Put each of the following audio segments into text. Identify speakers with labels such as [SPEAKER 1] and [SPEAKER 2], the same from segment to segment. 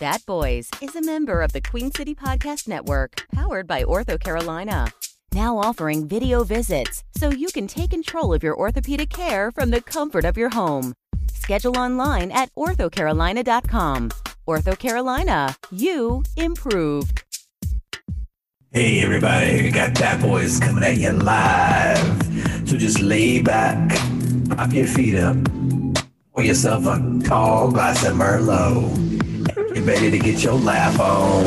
[SPEAKER 1] That Boys is a member of the Queen City Podcast Network, powered by Ortho Carolina. Now offering video visits so you can take control of your orthopedic care from the comfort of your home. Schedule online at orthocarolina.com. Ortho Carolina, you improved.
[SPEAKER 2] Hey everybody, we got That Boys coming at you live. So just lay back, pop your feet up, pour yourself a tall glass of Merlot. Get ready to get your laugh on.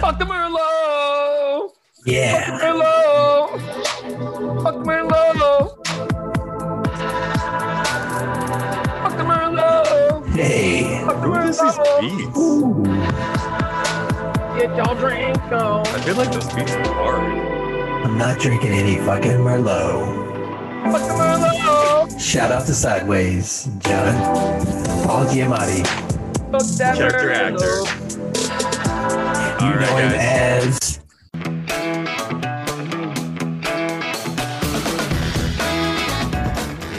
[SPEAKER 3] Fuck the Merlot!
[SPEAKER 2] Yeah.
[SPEAKER 3] Merlot! Fuck Merlot! Fuck the Merlot!
[SPEAKER 2] Hey.
[SPEAKER 3] Fuck the
[SPEAKER 4] Who does these
[SPEAKER 3] Merlot!
[SPEAKER 4] beats?
[SPEAKER 3] Get your drink on.
[SPEAKER 4] I feel like those beats are hard.
[SPEAKER 2] I'm not drinking any fucking Merlot.
[SPEAKER 3] Fuck the Merlot!
[SPEAKER 2] Shout out to Sideways, John. Paul Giamatti,
[SPEAKER 3] Fuck that
[SPEAKER 4] Character
[SPEAKER 3] Merlot.
[SPEAKER 4] actor.
[SPEAKER 2] you
[SPEAKER 4] All
[SPEAKER 2] know
[SPEAKER 4] right,
[SPEAKER 2] him
[SPEAKER 4] guys.
[SPEAKER 2] as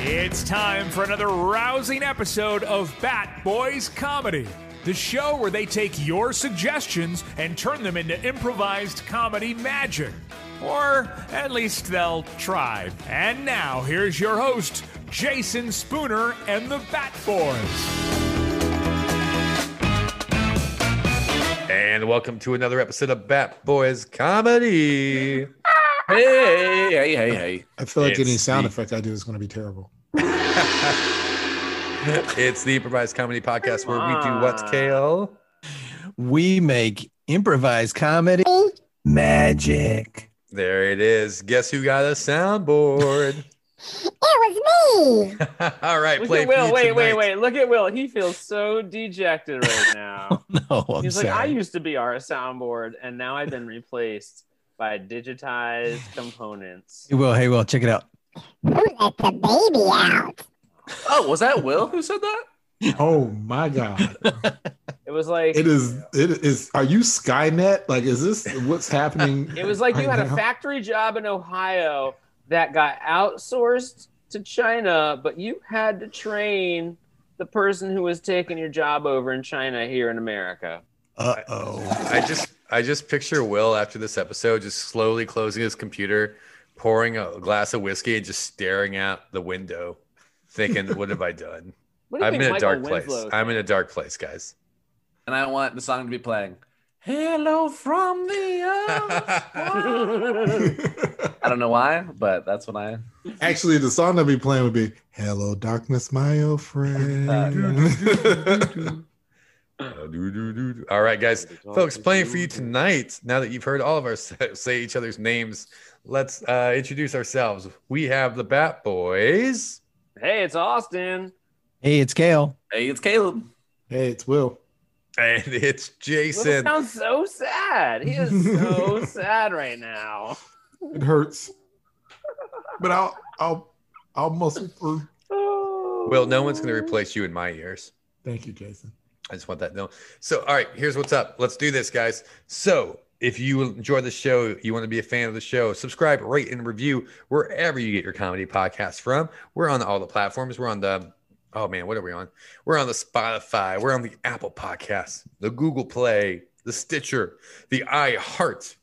[SPEAKER 5] It's time for another rousing episode of Bat Boys Comedy, the show where they take your suggestions and turn them into improvised comedy magic. Or at least they'll try. And now, here's your host, Jason Spooner and the Bat Boys.
[SPEAKER 4] And welcome to another episode of Bat Boys Comedy.
[SPEAKER 6] Hey, hey, hey, hey.
[SPEAKER 7] I feel like
[SPEAKER 4] It's
[SPEAKER 7] any sound
[SPEAKER 4] the-
[SPEAKER 7] effect I do is going to be terrible.
[SPEAKER 4] it's the improvised comedy podcast where we do what's Kale?
[SPEAKER 2] We Make Improvised Comedy Magic.
[SPEAKER 4] There it is. Guess who got a soundboard?
[SPEAKER 8] It was me.
[SPEAKER 4] All right,
[SPEAKER 3] Look
[SPEAKER 4] play
[SPEAKER 3] at Will.
[SPEAKER 4] for
[SPEAKER 3] Wait,
[SPEAKER 4] you
[SPEAKER 3] wait,
[SPEAKER 4] tonight.
[SPEAKER 3] wait. Look at Will. He feels so dejected right now.
[SPEAKER 2] No, Oh,
[SPEAKER 6] Oh,
[SPEAKER 2] I'm
[SPEAKER 3] He's
[SPEAKER 2] sorry.
[SPEAKER 3] like, I used to be our soundboard, and now I've been replaced by digitized components.
[SPEAKER 2] hey, Will, hey, Will, check it out.
[SPEAKER 8] Who let the baby out?
[SPEAKER 6] Oh, was that Will who said that?
[SPEAKER 7] Oh my god!
[SPEAKER 3] It was like
[SPEAKER 7] It is. It is. Are you Skynet? Like, is this what's happening?
[SPEAKER 3] It was like you
[SPEAKER 7] right
[SPEAKER 3] had a
[SPEAKER 7] now?
[SPEAKER 3] factory job in Ohio that got outsourced to China, but you had to train the person who was taking your job over in China here in America.
[SPEAKER 2] Uh oh.
[SPEAKER 4] I just I just picture Will after this episode just slowly closing his computer, pouring a glass of whiskey and just staring out the window, thinking, What have I done?
[SPEAKER 3] What do you
[SPEAKER 4] I'm in
[SPEAKER 3] think
[SPEAKER 4] a
[SPEAKER 3] Michael
[SPEAKER 4] dark
[SPEAKER 3] Winslow
[SPEAKER 4] place. I'm in a dark place, guys.
[SPEAKER 6] And I want the song to be playing. Hello from the other world." I don't know why, but that's when I.
[SPEAKER 7] Actually, the song I'd be playing would be "Hello, Darkness, My Old Friend."
[SPEAKER 4] Uh, doo, doo, doo, doo. All right, guys, folks, playing for you tonight. Now that you've heard all of our s- say each other's names, let's uh, introduce ourselves. We have the Bat Boys.
[SPEAKER 3] Hey, it's Austin.
[SPEAKER 2] Hey, it's Kale.
[SPEAKER 6] Hey, it's Caleb.
[SPEAKER 7] hey, it's Will.
[SPEAKER 4] And it's
[SPEAKER 3] Will
[SPEAKER 4] Jason.
[SPEAKER 3] sounds so sad. He is so sad right now.
[SPEAKER 7] It hurts, but I'll I'll I'll muscle through.
[SPEAKER 4] Well, no one's going to replace you in my ears.
[SPEAKER 7] Thank you, Jason.
[SPEAKER 4] I just want that known. So, all right, here's what's up. Let's do this, guys. So, if you enjoy the show, you want to be a fan of the show, subscribe, rate, and review wherever you get your comedy podcast from. We're on all the platforms. We're on the, oh man, what are we on? We're on the Spotify. We're on the Apple Podcasts, the Google Play, the Stitcher, the iHeart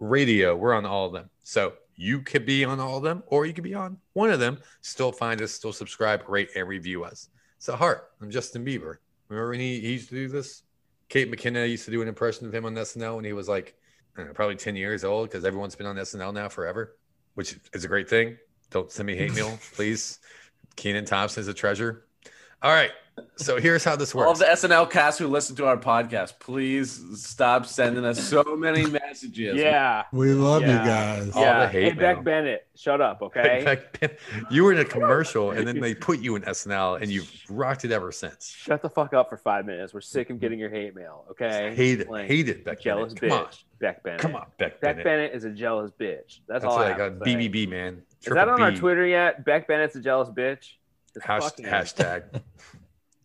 [SPEAKER 4] Radio. We're on all of them. So, you could be on all of them, or you could be on one of them. Still find us, still subscribe, rate, and review us. So, Hart, I'm Justin Bieber. Remember when he, he used to do this? Kate McKinnon used to do an impression of him on SNL when he was like I don't know, probably 10 years old because everyone's been on SNL now forever, which is a great thing. Don't send me hate mail, please. Keenan Thompson is a treasure. All right. So here's how this
[SPEAKER 6] All of
[SPEAKER 4] works.
[SPEAKER 6] the SNL cast who listen to our podcast, please stop sending us so many messages.
[SPEAKER 3] Yeah.
[SPEAKER 7] We love
[SPEAKER 3] Yeah.
[SPEAKER 7] you guys.
[SPEAKER 4] All
[SPEAKER 3] yeah.
[SPEAKER 4] the hate
[SPEAKER 3] hey, Beck
[SPEAKER 4] mail.
[SPEAKER 3] Bennett, shut up, okay?
[SPEAKER 4] you were in a commercial and then they put you in SNL and you've rocked it ever since.
[SPEAKER 3] Shut the fuck up for five minutes. We're sick of getting your hate mail, okay?
[SPEAKER 4] Hate it.
[SPEAKER 3] Like,
[SPEAKER 4] hate it, Beck.
[SPEAKER 3] jealous
[SPEAKER 4] Bennett. Come
[SPEAKER 3] bitch. Beck Bennett.
[SPEAKER 4] on. Come on,
[SPEAKER 3] Beck
[SPEAKER 4] Beck, Bennett.
[SPEAKER 3] Bennett is a jealous bitch. That's,
[SPEAKER 4] That's
[SPEAKER 3] all
[SPEAKER 4] like
[SPEAKER 3] I
[SPEAKER 4] a
[SPEAKER 3] have to say.
[SPEAKER 4] BBB, man.
[SPEAKER 3] Is that
[SPEAKER 4] Triple
[SPEAKER 3] on our
[SPEAKER 4] B.
[SPEAKER 3] Twitter yet? Beck Bennett's a jealous bitch. It's
[SPEAKER 4] Hasht-
[SPEAKER 3] fucking-
[SPEAKER 4] hashtag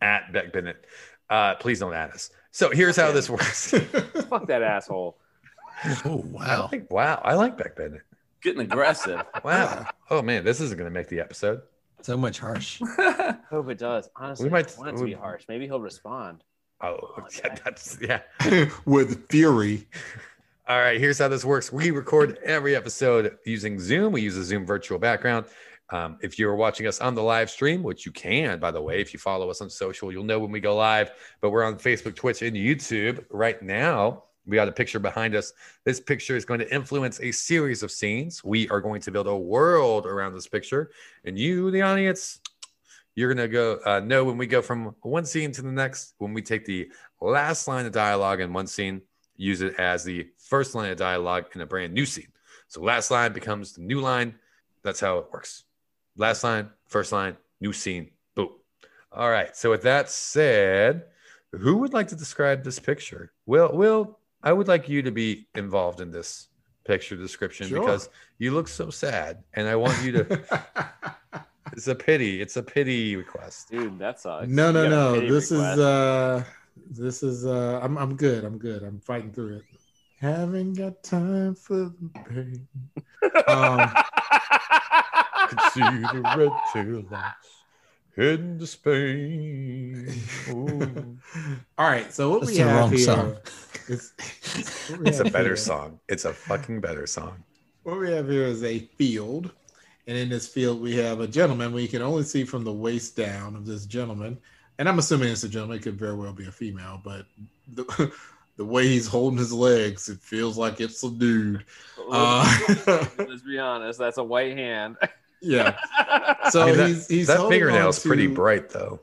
[SPEAKER 4] at Beck Bennett. Uh, please don't add us. So here's how this works.
[SPEAKER 3] Fuck that asshole.
[SPEAKER 2] Oh,
[SPEAKER 4] I
[SPEAKER 2] wow.
[SPEAKER 4] like, wow, I like Beck Bennett.
[SPEAKER 6] Getting aggressive.
[SPEAKER 4] Wow. Oh man, this isn't going to make the episode.
[SPEAKER 2] So much harsh.
[SPEAKER 3] Hope it does. Honestly,
[SPEAKER 4] We might-
[SPEAKER 3] I want it to
[SPEAKER 4] we-
[SPEAKER 3] be harsh. Maybe he'll respond.
[SPEAKER 4] Oh, yeah, that's yeah.
[SPEAKER 7] with fury.
[SPEAKER 4] All right, here's how this works. We record every episode using Zoom. We use a Zoom virtual background. Um, if you're watching us on the live stream, which you can, by the way, if you follow us on social, you'll know when we go live. But we're on Facebook, Twitch, and YouTube right now. We got a picture behind us. This picture is going to influence a series of scenes. We are going to build a world around this picture. And you, the audience, you're going to go uh, know when we go from one scene to the next, when we take the last line of dialogue in one scene, use it as the first line of dialogue in a brand new scene. So last line becomes the new line. That's how it works. Last line, first line, new scene. Boom. All right. So with that said, who would like to describe this picture? Will, Will, I would like you to be involved in this picture description
[SPEAKER 7] Sure.
[SPEAKER 4] because you look so sad, and I want you to. it's a pity. It's a pity request.
[SPEAKER 3] Dude, that sucks.
[SPEAKER 7] no, no,
[SPEAKER 3] You got a
[SPEAKER 7] no.
[SPEAKER 3] pity
[SPEAKER 7] This
[SPEAKER 3] request.
[SPEAKER 7] is uh this is uh I'm I'm good. I'm good. I'm fighting through it. Haven't got time for the pain. Um,
[SPEAKER 4] Could see the red tail lights in the Spain. Ooh.
[SPEAKER 7] all right, so what
[SPEAKER 2] That's
[SPEAKER 7] we
[SPEAKER 2] the
[SPEAKER 7] have
[SPEAKER 2] wrong
[SPEAKER 7] here
[SPEAKER 2] song.
[SPEAKER 7] is what we
[SPEAKER 4] It's a
[SPEAKER 7] have
[SPEAKER 4] better
[SPEAKER 7] here-
[SPEAKER 4] song. It's a fucking better song.
[SPEAKER 7] What we have here is a field, and in this field we have a gentleman. We can only see from the waist down of this gentleman, and I'm assuming it's a gentleman. It could very well be a female, but the the way he's holding his legs, it feels like it's a dude. uh,
[SPEAKER 3] Let's be honest. That's a white hand.
[SPEAKER 7] Yeah. So
[SPEAKER 4] I mean, that-
[SPEAKER 7] he's he's
[SPEAKER 4] that
[SPEAKER 7] holding
[SPEAKER 4] fingernail's
[SPEAKER 7] on to-
[SPEAKER 4] pretty bright, though.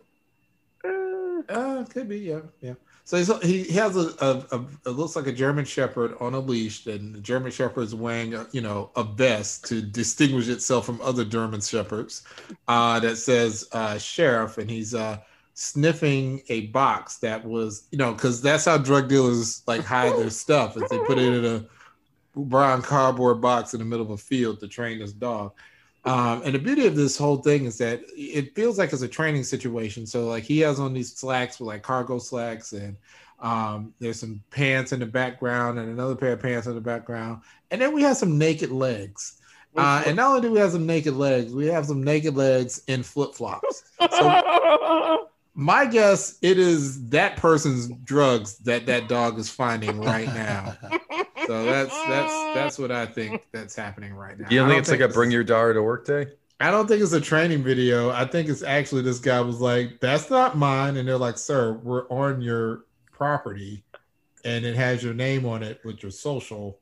[SPEAKER 7] Uh, could be, yeah, yeah. So he's, he has a, a, a it looks like a German Shepherd on a leash, and the German Shepherd's wearing a, you know a vest to distinguish itself from other German Shepherds. Uh, that says uh, sheriff, and he's uh sniffing a box that was you know because that's how drug dealers like hide their stuff is they put it in a brown cardboard box in the middle of a field to train this dog. Um, and the beauty of this whole thing is that it feels like it's a training situation. So like he has on these slacks with like cargo slacks and um, there's some pants in the background and another pair of pants in the background. And then we have some naked legs. Uh, and not only do we have some naked legs, we have some naked legs in flip flops. So my guess it is that person's drugs that that dog is finding right now. so that's that's that's what I think that's happening right now.
[SPEAKER 4] You
[SPEAKER 7] I
[SPEAKER 4] don't
[SPEAKER 7] don't
[SPEAKER 4] think it's like a
[SPEAKER 7] this
[SPEAKER 4] bring
[SPEAKER 7] is-
[SPEAKER 4] your daughter to work day?
[SPEAKER 7] I don't think it's a training video. I think it's actually this guy was like, "That's not mine," and they're like, "Sir, we're on your property, and it has your name on it with your social."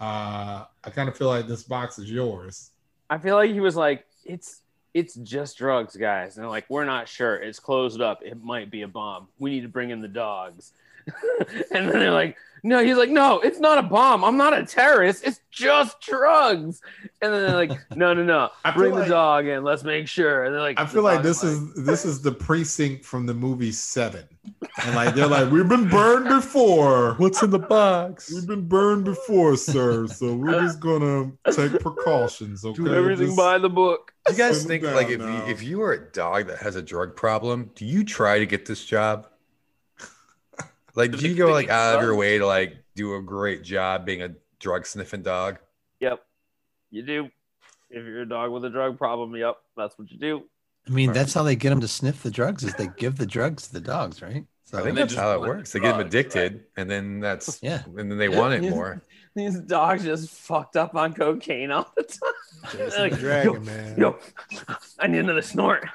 [SPEAKER 7] Uh, I kind of feel like this box is yours.
[SPEAKER 3] I feel like he was like, it's it's just drugs, guys. And they're like, we're not sure. It's closed up. It might be a bomb. We need to bring in the dogs. and then they're like, no, he's like, no, it's not a bomb. I'm not a terrorist. It's just drugs. And then they're like, no, no, no.
[SPEAKER 7] I feel
[SPEAKER 3] bring
[SPEAKER 7] like-
[SPEAKER 3] the dog in. Let's make sure. And they're like,
[SPEAKER 7] I
[SPEAKER 3] the
[SPEAKER 7] feel like
[SPEAKER 3] dog's
[SPEAKER 7] this is this is the precinct from the movie Seven, and like they're like, "We've been burned before.
[SPEAKER 4] What's in the box?
[SPEAKER 7] We've been burned before, sir. So we're just gonna take precautions. Okay,
[SPEAKER 3] do everything
[SPEAKER 7] Just-
[SPEAKER 3] by the book.
[SPEAKER 4] Do you guys
[SPEAKER 7] Sit
[SPEAKER 4] think
[SPEAKER 7] down
[SPEAKER 4] like if
[SPEAKER 7] now.
[SPEAKER 4] you, if you are a dog that has a drug problem, do you try to get this job? Like, do you go like out of your way to like do a great job being a drug sniffing dog?
[SPEAKER 3] Yep. You do. If you're a dog with a drug problem, yep, that's what you do.
[SPEAKER 2] I mean,
[SPEAKER 4] Right.
[SPEAKER 2] that's how they get them to sniff the drugs is they give the drugs to the dogs, right? So
[SPEAKER 4] I think
[SPEAKER 9] they
[SPEAKER 4] that's
[SPEAKER 9] just
[SPEAKER 4] how it
[SPEAKER 9] want
[SPEAKER 4] works. They get them
[SPEAKER 9] drugs,
[SPEAKER 4] addicted, and then that's
[SPEAKER 2] Yeah.
[SPEAKER 4] and then they want it more.
[SPEAKER 3] These dogs just fucked up on cocaine all the time.
[SPEAKER 7] Jason
[SPEAKER 3] Like,
[SPEAKER 7] the Dragon, man.
[SPEAKER 3] Yo, I need another snort.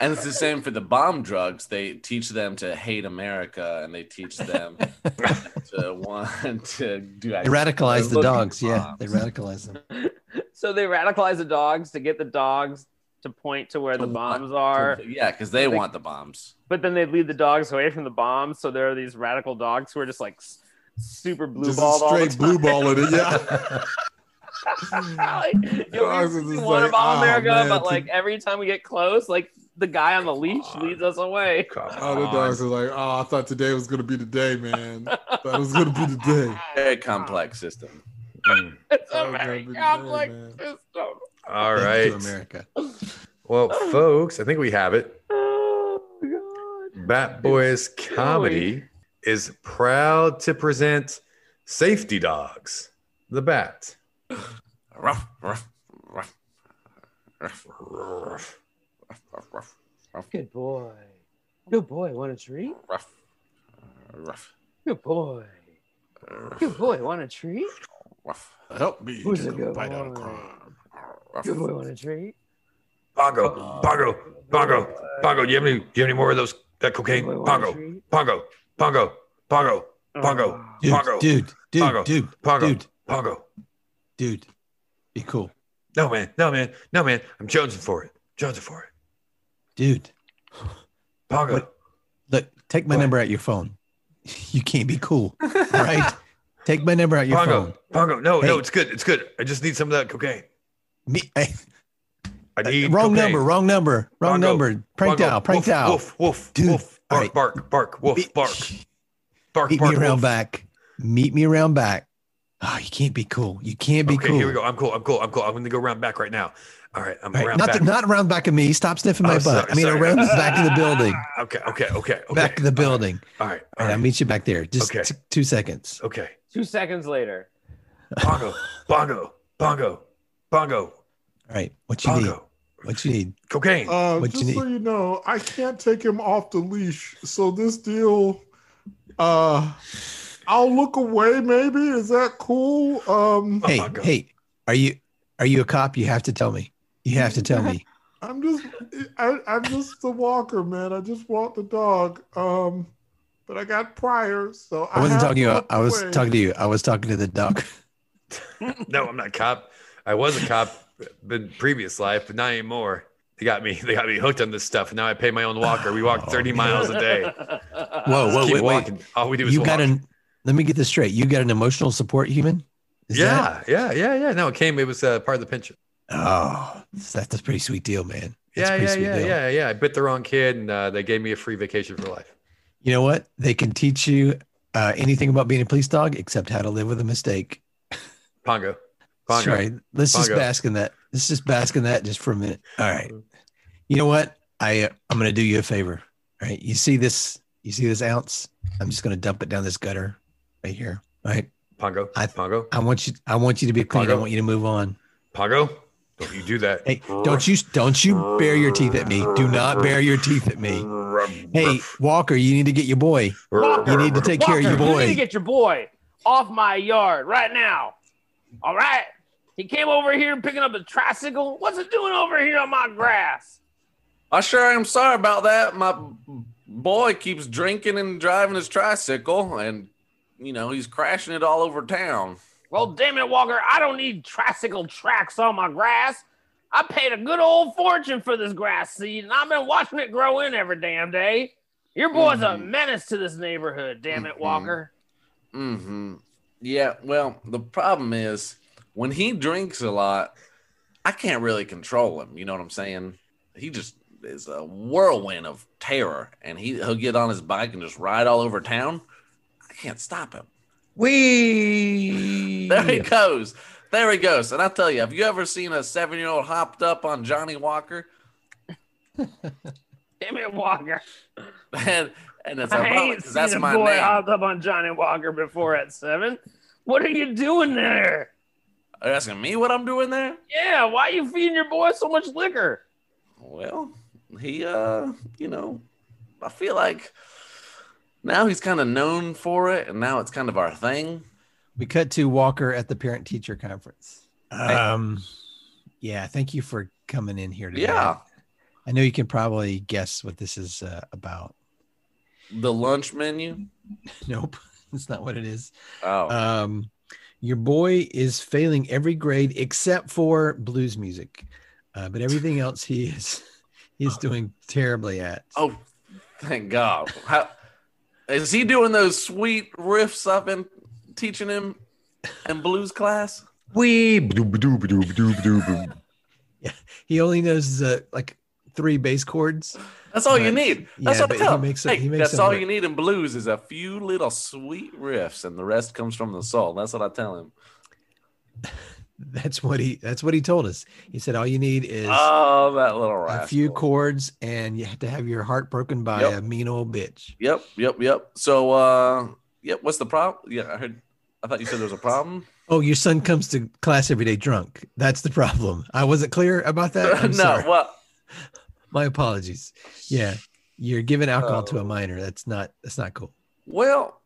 [SPEAKER 9] And it's the same for the bomb drugs. They teach them to hate America and they teach them to want to do
[SPEAKER 2] they radicalize the
[SPEAKER 9] Look,
[SPEAKER 2] dogs. Yeah,
[SPEAKER 9] bombs.
[SPEAKER 2] they radicalize them.
[SPEAKER 3] So they radicalize the dogs to get the dogs to point to where the
[SPEAKER 9] To
[SPEAKER 3] bombs are,
[SPEAKER 9] Yeah, because they
[SPEAKER 3] Like-
[SPEAKER 9] want the bombs.
[SPEAKER 3] but then they lead the dogs away from the bombs. So there are these radical dogs who are just like s- super blue
[SPEAKER 7] Just
[SPEAKER 3] balled all the
[SPEAKER 7] straight
[SPEAKER 3] time.
[SPEAKER 7] blue balling it. Yeah.
[SPEAKER 3] like, yo,
[SPEAKER 7] Dogs
[SPEAKER 3] we
[SPEAKER 7] is
[SPEAKER 3] really
[SPEAKER 7] just
[SPEAKER 3] want
[SPEAKER 7] like,
[SPEAKER 3] about
[SPEAKER 7] "Ah,
[SPEAKER 3] America,
[SPEAKER 7] man, Oh,
[SPEAKER 3] but
[SPEAKER 7] to-
[SPEAKER 3] like every time we get close, like the guy on the leash leads us away.
[SPEAKER 4] Come
[SPEAKER 7] All the
[SPEAKER 4] on.
[SPEAKER 7] dogs are like, oh, I thought today was gonna be the day, man. thought it was gonna be the day.
[SPEAKER 9] Very complex system.
[SPEAKER 4] Mm.
[SPEAKER 3] It's
[SPEAKER 7] Oh,
[SPEAKER 3] a very
[SPEAKER 7] God, we
[SPEAKER 3] complex
[SPEAKER 7] did, man.
[SPEAKER 3] system.
[SPEAKER 4] All
[SPEAKER 2] Thank
[SPEAKER 4] right.
[SPEAKER 2] you, America.
[SPEAKER 4] Well, folks, I think we have it.
[SPEAKER 3] Oh God.
[SPEAKER 4] Bat Boys Comedy is proud to present Safety Dogs, the Bat.
[SPEAKER 9] Ruff, ruff, ruff,
[SPEAKER 4] Ruff,
[SPEAKER 9] ruff, ruff, ruff,
[SPEAKER 10] Uh,
[SPEAKER 3] Good boy. Good boy. Want a treat?
[SPEAKER 9] ruff.
[SPEAKER 7] Ruff,
[SPEAKER 8] Good boy.
[SPEAKER 10] Uh,
[SPEAKER 8] Good boy. Want a treat?
[SPEAKER 7] ruff. Help me
[SPEAKER 8] Who's a
[SPEAKER 7] take a
[SPEAKER 8] good
[SPEAKER 7] bite out of
[SPEAKER 8] boy?
[SPEAKER 7] crime.
[SPEAKER 8] Good boy. Want a treat?
[SPEAKER 4] Bongo, bongo, bongo, bongo. Do you have any? Do you have any more of those? That cocaine?
[SPEAKER 8] Good boy, want a
[SPEAKER 4] Bongo,
[SPEAKER 8] treat?
[SPEAKER 4] bongo, bongo, bongo, bongo,
[SPEAKER 8] Ah.
[SPEAKER 2] Dude,
[SPEAKER 4] Pongo.
[SPEAKER 2] dude, dude,
[SPEAKER 4] Pongo.
[SPEAKER 2] dude,
[SPEAKER 4] bongo,
[SPEAKER 2] dude,
[SPEAKER 4] bongo.
[SPEAKER 2] dude. Be cool,
[SPEAKER 4] No man, no man, no man. I'm jonesing for it. Jonesing for it.
[SPEAKER 2] dude.
[SPEAKER 4] Bongo.
[SPEAKER 2] What? Look, take my
[SPEAKER 4] What?
[SPEAKER 2] number out your phone. You can't be cool, all right? take my number out your phone.
[SPEAKER 4] Bongo, bongo. No, no,
[SPEAKER 2] Hey.
[SPEAKER 4] it's good. It's good. I just need some of that cocaine.
[SPEAKER 2] Me, eh,
[SPEAKER 4] I need
[SPEAKER 2] Uh, wrong
[SPEAKER 4] cocaine.
[SPEAKER 2] number, wrong number, wrong
[SPEAKER 4] Bongo.
[SPEAKER 2] number. Prank
[SPEAKER 4] Bongo.
[SPEAKER 2] dial, prank
[SPEAKER 4] woof,
[SPEAKER 2] dial.
[SPEAKER 4] Woof, woof,
[SPEAKER 2] Dude,
[SPEAKER 4] woof.
[SPEAKER 2] all
[SPEAKER 4] Bark,
[SPEAKER 2] right.
[SPEAKER 4] bark, bark. Woof,
[SPEAKER 2] Meet-
[SPEAKER 4] bark, bark,
[SPEAKER 2] Meet
[SPEAKER 4] bark.
[SPEAKER 2] me around
[SPEAKER 4] woof.
[SPEAKER 2] back. Meet me around back. Oh, you can't be cool. You can't be
[SPEAKER 4] okay,
[SPEAKER 2] cool.
[SPEAKER 4] here we go. I'm cool. I'm cool. I'm cool. I'm going to go around back right now. All right, I'm
[SPEAKER 2] All right,
[SPEAKER 4] around
[SPEAKER 2] not,
[SPEAKER 4] back.
[SPEAKER 2] not around back of me. Stop sniffing my
[SPEAKER 4] Oh,
[SPEAKER 2] butt.
[SPEAKER 4] sorry,
[SPEAKER 2] I mean,
[SPEAKER 4] sorry.
[SPEAKER 2] around the back of the building.
[SPEAKER 4] okay, okay, okay, okay.
[SPEAKER 2] Back of the building.
[SPEAKER 4] All right,
[SPEAKER 2] All
[SPEAKER 4] all
[SPEAKER 2] right, I'll
[SPEAKER 4] right.
[SPEAKER 2] meet you back there. Just
[SPEAKER 4] Okay.
[SPEAKER 2] t- two seconds.
[SPEAKER 4] Okay.
[SPEAKER 8] Two seconds later.
[SPEAKER 4] Bongo, bongo, bongo, bongo,
[SPEAKER 2] All right, what you need?
[SPEAKER 4] bongo.
[SPEAKER 2] What you need?
[SPEAKER 4] Cocaine.
[SPEAKER 7] Uh,
[SPEAKER 2] What you
[SPEAKER 7] just so
[SPEAKER 2] need?
[SPEAKER 7] you know, I can't take him off the leash. So this deal, uh, I'll look away. Maybe is that cool? Um,
[SPEAKER 4] Oh,
[SPEAKER 2] hey,
[SPEAKER 4] my God.
[SPEAKER 2] hey, are you are you a cop? You have to tell me. You have to tell me.
[SPEAKER 7] I'm just, I, I'm just the walker, man. I just walk the dog. Um, but I got prior, so
[SPEAKER 2] I wasn't
[SPEAKER 7] have
[SPEAKER 2] talking to you.
[SPEAKER 7] looked
[SPEAKER 2] I was
[SPEAKER 7] away.
[SPEAKER 2] talking to you. I was talking to the dog.
[SPEAKER 4] No, I'm not a cop. I was a cop in previous life, but not anymore. They got me. They got me hooked on this stuff. And now I pay my own walker. We walk
[SPEAKER 2] Oh,
[SPEAKER 4] 30 miles a day.
[SPEAKER 2] Whoa,
[SPEAKER 4] Just
[SPEAKER 2] whoa,
[SPEAKER 4] keep
[SPEAKER 2] wait, wait.
[SPEAKER 4] walking. All we do is
[SPEAKER 2] You
[SPEAKER 4] walk.
[SPEAKER 2] got an. Let me get this straight. You got an emotional support human. Is
[SPEAKER 4] yeah, yeah, yeah, yeah. No, it came. It was uh, part of the pension.
[SPEAKER 2] That, oh, that's a pretty sweet deal, man. That's
[SPEAKER 4] Yeah,
[SPEAKER 2] a pretty
[SPEAKER 4] yeah,
[SPEAKER 2] sweet
[SPEAKER 4] yeah,
[SPEAKER 2] deal.
[SPEAKER 4] yeah, yeah. I bit the wrong kid, and uh, they gave me a free vacation for life.
[SPEAKER 2] You know what? They can teach you uh, anything about being a police dog except how to live with a mistake.
[SPEAKER 4] Pongo, Pongo.
[SPEAKER 2] Sorry. Let's just
[SPEAKER 4] Bongo.
[SPEAKER 2] bask in that. Let's just bask in that just for a minute. All right.
[SPEAKER 8] Mm-hmm.
[SPEAKER 2] You know what? I uh, I'm going to do you a favor. All right. You see this? You see this ounce? I'm just going to dump it down this gutter right here. All right.
[SPEAKER 4] Pongo,
[SPEAKER 2] I-
[SPEAKER 4] Pongo,
[SPEAKER 2] I want you. I want you to be clean. I
[SPEAKER 4] Bongo.
[SPEAKER 2] want you to move on.
[SPEAKER 4] Pongo. Don't you do that?
[SPEAKER 2] Hey,
[SPEAKER 8] Mm-hmm.
[SPEAKER 2] don't you don't you bare your teeth at me. Do not bare your teeth at
[SPEAKER 8] Mm-hmm.
[SPEAKER 2] me. Hey, Walker, you need to get your boy. You need to take care of your
[SPEAKER 8] Walker, You need to
[SPEAKER 2] boy.
[SPEAKER 8] get your boy off my yard right now. All right. He came over here picking up a tricycle. What's it doing over here on my grass?
[SPEAKER 10] I sure am sorry about that. My boy keeps drinking and driving his tricycle, and you know he's crashing it all over town.
[SPEAKER 8] Well, damn it, Walker. I don't need tricycle tracks on my grass. I paid a good old fortune for this grass seed, and I've been watching it grow in every damn day. Your boy's a
[SPEAKER 7] Mm-hmm.
[SPEAKER 10] Mhm.
[SPEAKER 8] menace to this neighborhood, damn it,
[SPEAKER 10] Mhm.
[SPEAKER 8] Walker.
[SPEAKER 10] Mm-hmm. Yeah. Well, the problem is when he drinks a lot, I can't really control him. You know what I'm saying? He just is a whirlwind of terror, and he he'll get on his bike and just ride all over town. I can't stop him.
[SPEAKER 4] We.
[SPEAKER 10] There he goes. There he goes. And I tell you, have you ever seen a seven year old hopped up on Johnny Walker?
[SPEAKER 8] Damn it, Walker.
[SPEAKER 10] And and it's
[SPEAKER 8] I
[SPEAKER 10] ironic
[SPEAKER 8] ain't
[SPEAKER 10] 'cause
[SPEAKER 8] seen
[SPEAKER 10] that's
[SPEAKER 8] a
[SPEAKER 10] my
[SPEAKER 8] boy
[SPEAKER 10] name.
[SPEAKER 8] hopped up on Johnny Walker before at seven. What are you doing there?
[SPEAKER 10] Are you asking me what I'm doing there?
[SPEAKER 8] Yeah, why you feeding your boy so much liquor?
[SPEAKER 10] Well, he uh, you know, I feel like now he's kind of known for it, and now it's kind of our thing.
[SPEAKER 2] We cut to Walker at the parent teacher conference. Um, yeah, thank you for coming in here today.
[SPEAKER 10] Yeah.
[SPEAKER 2] I know you can probably guess what this is uh, about.
[SPEAKER 10] The lunch menu.
[SPEAKER 2] Nope, that's not what it is.
[SPEAKER 10] Oh,
[SPEAKER 2] Um, your boy is failing every grade except for blues music, uh, but everything else he is he's doing terribly at.
[SPEAKER 10] oh, thank God. How is he doing those sweet riffs I've been teaching him in blues class?
[SPEAKER 4] We.
[SPEAKER 2] he only knows uh, like three bass chords.
[SPEAKER 10] That's all you
[SPEAKER 2] But-
[SPEAKER 10] need. That's
[SPEAKER 2] yeah,
[SPEAKER 10] all
[SPEAKER 2] but
[SPEAKER 10] I
[SPEAKER 2] he
[SPEAKER 10] tell. him.
[SPEAKER 2] makes it-
[SPEAKER 10] hey,
[SPEAKER 2] he makes
[SPEAKER 10] that's
[SPEAKER 2] it
[SPEAKER 10] all
[SPEAKER 2] work.
[SPEAKER 10] you need in blues is a few little sweet riffs, and the rest comes from the soul. That's what I tell him.
[SPEAKER 2] That's what he. That's what he told us. He said all you need is
[SPEAKER 10] oh, that little rascal.
[SPEAKER 2] a few chords, and you have to have your heart broken by
[SPEAKER 10] Yep.
[SPEAKER 2] a mean old bitch.
[SPEAKER 10] Yep, yep, yep. So, uh, yep. What's the problem? Yeah, I heard. I thought you said there was a problem.
[SPEAKER 2] Oh, your son comes to class every day drunk. That's the problem. I wasn't clear about that. I'm
[SPEAKER 10] no.
[SPEAKER 2] sorry.
[SPEAKER 10] Well,
[SPEAKER 2] My apologies. Yeah, you're giving alcohol to
[SPEAKER 10] Oh.
[SPEAKER 2] a minor. That's not. That's not cool.
[SPEAKER 10] Well,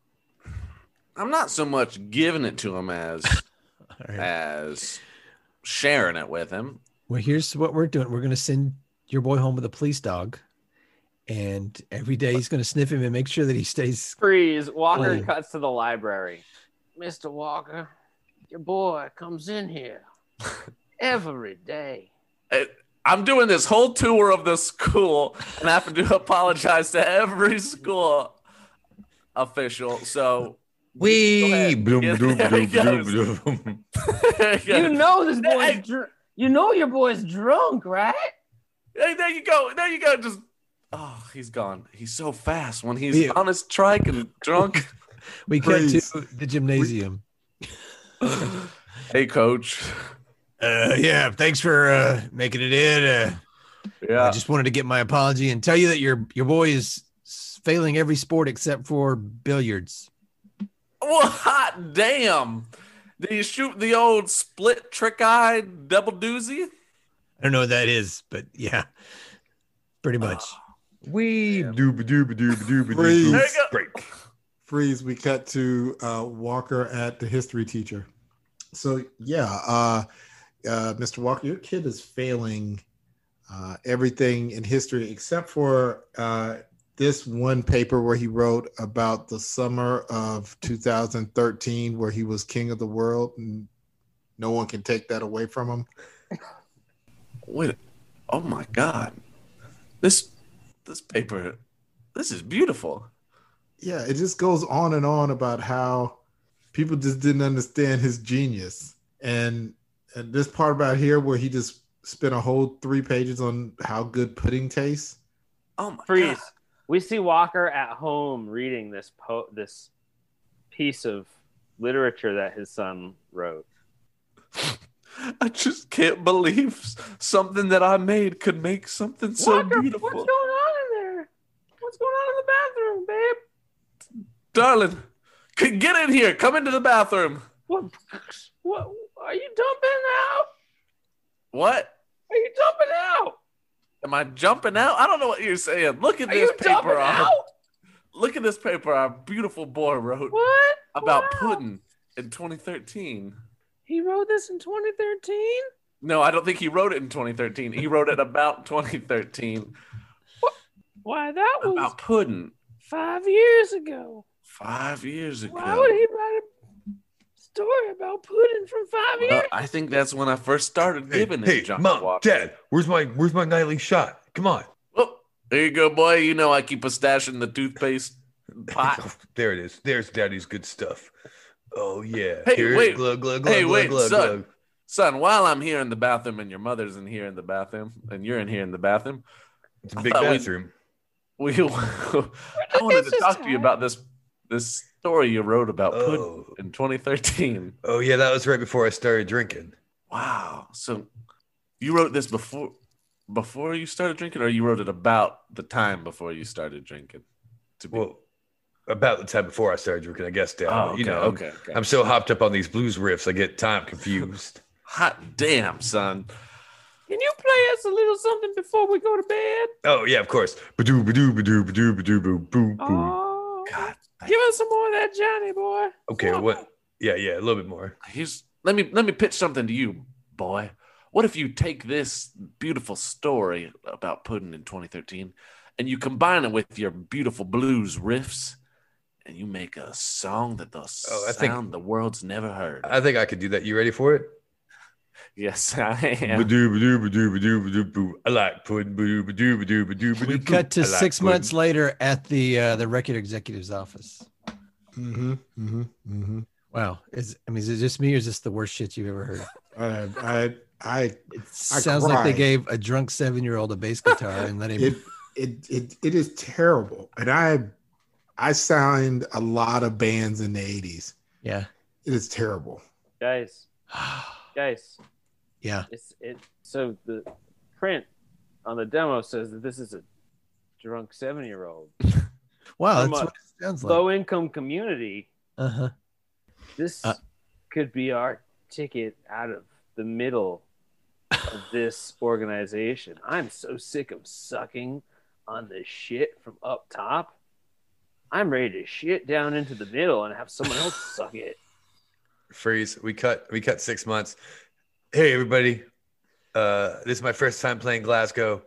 [SPEAKER 10] I'm not so much giving it to him as
[SPEAKER 2] All right.
[SPEAKER 10] as sharing it with him.
[SPEAKER 2] Well, here's what we're doing. We're going to send your boy home with a police dog, and every day
[SPEAKER 10] Uh,
[SPEAKER 2] he's going to sniff him and make sure that he stays.
[SPEAKER 8] Freeze. Walker
[SPEAKER 2] Wait.
[SPEAKER 8] cuts to the library. Mr. Walker, your boy comes in here every day.
[SPEAKER 10] I'm doing this whole tour of the school, and I have to apologize to every school official. So Go
[SPEAKER 4] We
[SPEAKER 10] ahead.
[SPEAKER 4] bloom,
[SPEAKER 10] Yeah,
[SPEAKER 4] bloom,
[SPEAKER 10] there
[SPEAKER 4] bloom,
[SPEAKER 10] he
[SPEAKER 4] bloom,
[SPEAKER 10] goes.
[SPEAKER 4] bloom.
[SPEAKER 8] You know this
[SPEAKER 10] Hey.
[SPEAKER 8] boy's dr- you know your boy's drunk, right?
[SPEAKER 10] Hey, there you go. There you go. Just oh, he's gone. He's so fast when he's
[SPEAKER 2] Yeah.
[SPEAKER 10] on his trike and drunk.
[SPEAKER 2] We cut
[SPEAKER 7] Please.
[SPEAKER 2] to the gymnasium.
[SPEAKER 10] hey, coach.
[SPEAKER 2] Uh, yeah, thanks for uh, making it in. Uh, I
[SPEAKER 10] Yeah.
[SPEAKER 2] just wanted to get my apology and tell you that your your boy is s- failing every sport except for billiards.
[SPEAKER 10] Well, hot damn. Did you shoot the old split trick eye double doozy?
[SPEAKER 2] I don't know what that is, but yeah, pretty
[SPEAKER 10] Ah,
[SPEAKER 2] much.
[SPEAKER 4] We doob doob doob doob
[SPEAKER 7] Freeze.
[SPEAKER 4] doob.
[SPEAKER 10] There you go.
[SPEAKER 4] Break.
[SPEAKER 7] freeze we cut to uh, walker at the history teacher so yeah uh, uh, mr walker your kid is failing uh, everything in history except for uh, this one paper where he wrote about the summer of 2013 where he was king of the world and no one can take that away from him
[SPEAKER 10] Wait. Oh my god. This this paper. This is beautiful.
[SPEAKER 7] yeah it just goes on and on about how people just didn't understand his genius and and this part about here where he just spent a whole three pages on how good pudding tastes
[SPEAKER 10] Oh my
[SPEAKER 8] Freeze.
[SPEAKER 10] god.
[SPEAKER 8] We see Walker at home reading this po- this piece of literature that his son wrote.
[SPEAKER 10] I just can't believe s- something that I made could make something so
[SPEAKER 8] Walker, what's
[SPEAKER 10] beautiful.
[SPEAKER 8] going on in there? What's going on in the bathroom, babe?
[SPEAKER 10] Darling, c- get in here. Come into the bathroom.
[SPEAKER 8] What? What are you dumping out?
[SPEAKER 10] What?
[SPEAKER 8] Are you dumping out?
[SPEAKER 10] Am I jumping out? I don't know what you're saying. Look at
[SPEAKER 8] Are
[SPEAKER 10] this
[SPEAKER 8] you dumping
[SPEAKER 10] paper. Our,
[SPEAKER 8] out?
[SPEAKER 10] look at this paper our beautiful boy wrote
[SPEAKER 8] What?
[SPEAKER 10] about
[SPEAKER 8] Wow.
[SPEAKER 10] pudding in 2013.
[SPEAKER 8] He wrote this in 2013.
[SPEAKER 10] No, I don't think he wrote it in 2013. He wrote it about 2013
[SPEAKER 8] Why, that was
[SPEAKER 10] about pudding
[SPEAKER 8] five years ago.
[SPEAKER 10] five years ago.
[SPEAKER 8] Why would he write a story about pudding from five
[SPEAKER 10] Well,
[SPEAKER 8] years?
[SPEAKER 10] I think that's when I first started
[SPEAKER 4] Hey,
[SPEAKER 10] giving
[SPEAKER 4] hey,
[SPEAKER 10] it. John
[SPEAKER 4] mom,
[SPEAKER 10] Walker.
[SPEAKER 4] dad, where's my where's my nightly shot? Come on.
[SPEAKER 10] Oh, there you go, boy. You know I keep a stash in the toothpaste pot.
[SPEAKER 4] Oh, there it is. There's daddy's good stuff. Oh yeah.
[SPEAKER 10] Hey,
[SPEAKER 4] Here,
[SPEAKER 10] wait.
[SPEAKER 4] Glug, glug, glug,
[SPEAKER 10] Hey,
[SPEAKER 4] glug,
[SPEAKER 10] wait,
[SPEAKER 4] glug,
[SPEAKER 10] son.
[SPEAKER 4] glug.
[SPEAKER 10] Son, while I'm here in the bathroom and your mother's in here in the bathroom and you're in here in the bathroom,
[SPEAKER 4] It's
[SPEAKER 10] I
[SPEAKER 4] a big
[SPEAKER 10] thought we-
[SPEAKER 4] bathroom.
[SPEAKER 10] we I wanted to talk to you about this this story you wrote about pudding
[SPEAKER 4] Oh.
[SPEAKER 10] in 2013.
[SPEAKER 4] oh yeah, that was right before I started drinking.
[SPEAKER 10] Wow. So you wrote this before before you started drinking or you wrote it about the time before you started drinking? To be
[SPEAKER 4] Well, about the time before I started drinking, I guess, Dad.
[SPEAKER 10] Oh,
[SPEAKER 4] you
[SPEAKER 10] okay,
[SPEAKER 4] know, I'm-
[SPEAKER 10] okay, okay.
[SPEAKER 4] I'm so hopped up on these blues riffs, I get time confused.
[SPEAKER 10] Hot damn, son.
[SPEAKER 8] Can you play us a little something before we go to bed?
[SPEAKER 4] oh yeah, of course. Ba-doo, ba-doo, ba-doo, ba-doo, ba-doo, boo, boo,
[SPEAKER 2] Hmm.
[SPEAKER 4] boo.
[SPEAKER 8] Oh,
[SPEAKER 10] God.
[SPEAKER 8] give us some more of that Johnny boy.
[SPEAKER 4] Okay, what? Yeah, yeah, a little bit more.
[SPEAKER 10] here's let me let me pitch something to you, boy. What if you take this beautiful story about pudding in 2013 and you combine it with your beautiful blues riffs and you make a song that the
[SPEAKER 4] Oh, I
[SPEAKER 10] sound
[SPEAKER 4] think-
[SPEAKER 10] the world's never heard.
[SPEAKER 4] I think I could do that. You ready for it?
[SPEAKER 10] yes, I am.
[SPEAKER 4] Ba-doo, ba-doo, ba-doo, ba-doo, ba-doo, boo. I like pudding. Ba-doo, ba-doo, ba-doo, ba-doo,
[SPEAKER 2] We
[SPEAKER 4] ba-doo,
[SPEAKER 2] cut to
[SPEAKER 4] boo. I like
[SPEAKER 2] six
[SPEAKER 4] pudding.
[SPEAKER 2] months later at the uh, the record executive's office.
[SPEAKER 7] mm-hmm, mm-hmm, mm-hmm.
[SPEAKER 2] Wow, is I mean, is it just me or is this the worst shit you've ever heard?
[SPEAKER 7] I, I i
[SPEAKER 2] It sounds like they
[SPEAKER 7] cried.
[SPEAKER 2] gave a drunk seven year old a bass guitar and let him.
[SPEAKER 7] it it it, it is terrible and i i signed a lot of bands in the 80s
[SPEAKER 2] yeah,
[SPEAKER 7] it is terrible
[SPEAKER 8] Guys, guys,
[SPEAKER 2] yeah.
[SPEAKER 8] it's it. So the print on the demo says that this is a drunk seven-year-old,
[SPEAKER 2] Wow,
[SPEAKER 8] From
[SPEAKER 2] that's what
[SPEAKER 8] a
[SPEAKER 2] it sounds like.
[SPEAKER 8] low-income community.
[SPEAKER 2] Uh huh.
[SPEAKER 8] This
[SPEAKER 2] Uh.
[SPEAKER 8] could be our ticket out of the middle of this organization. I'm so sick of sucking on the shit from up top. I'm ready to shit down into the middle and have someone else suck it.
[SPEAKER 4] freeze we cut we cut six months hey everybody uh this is my first time playing glasgow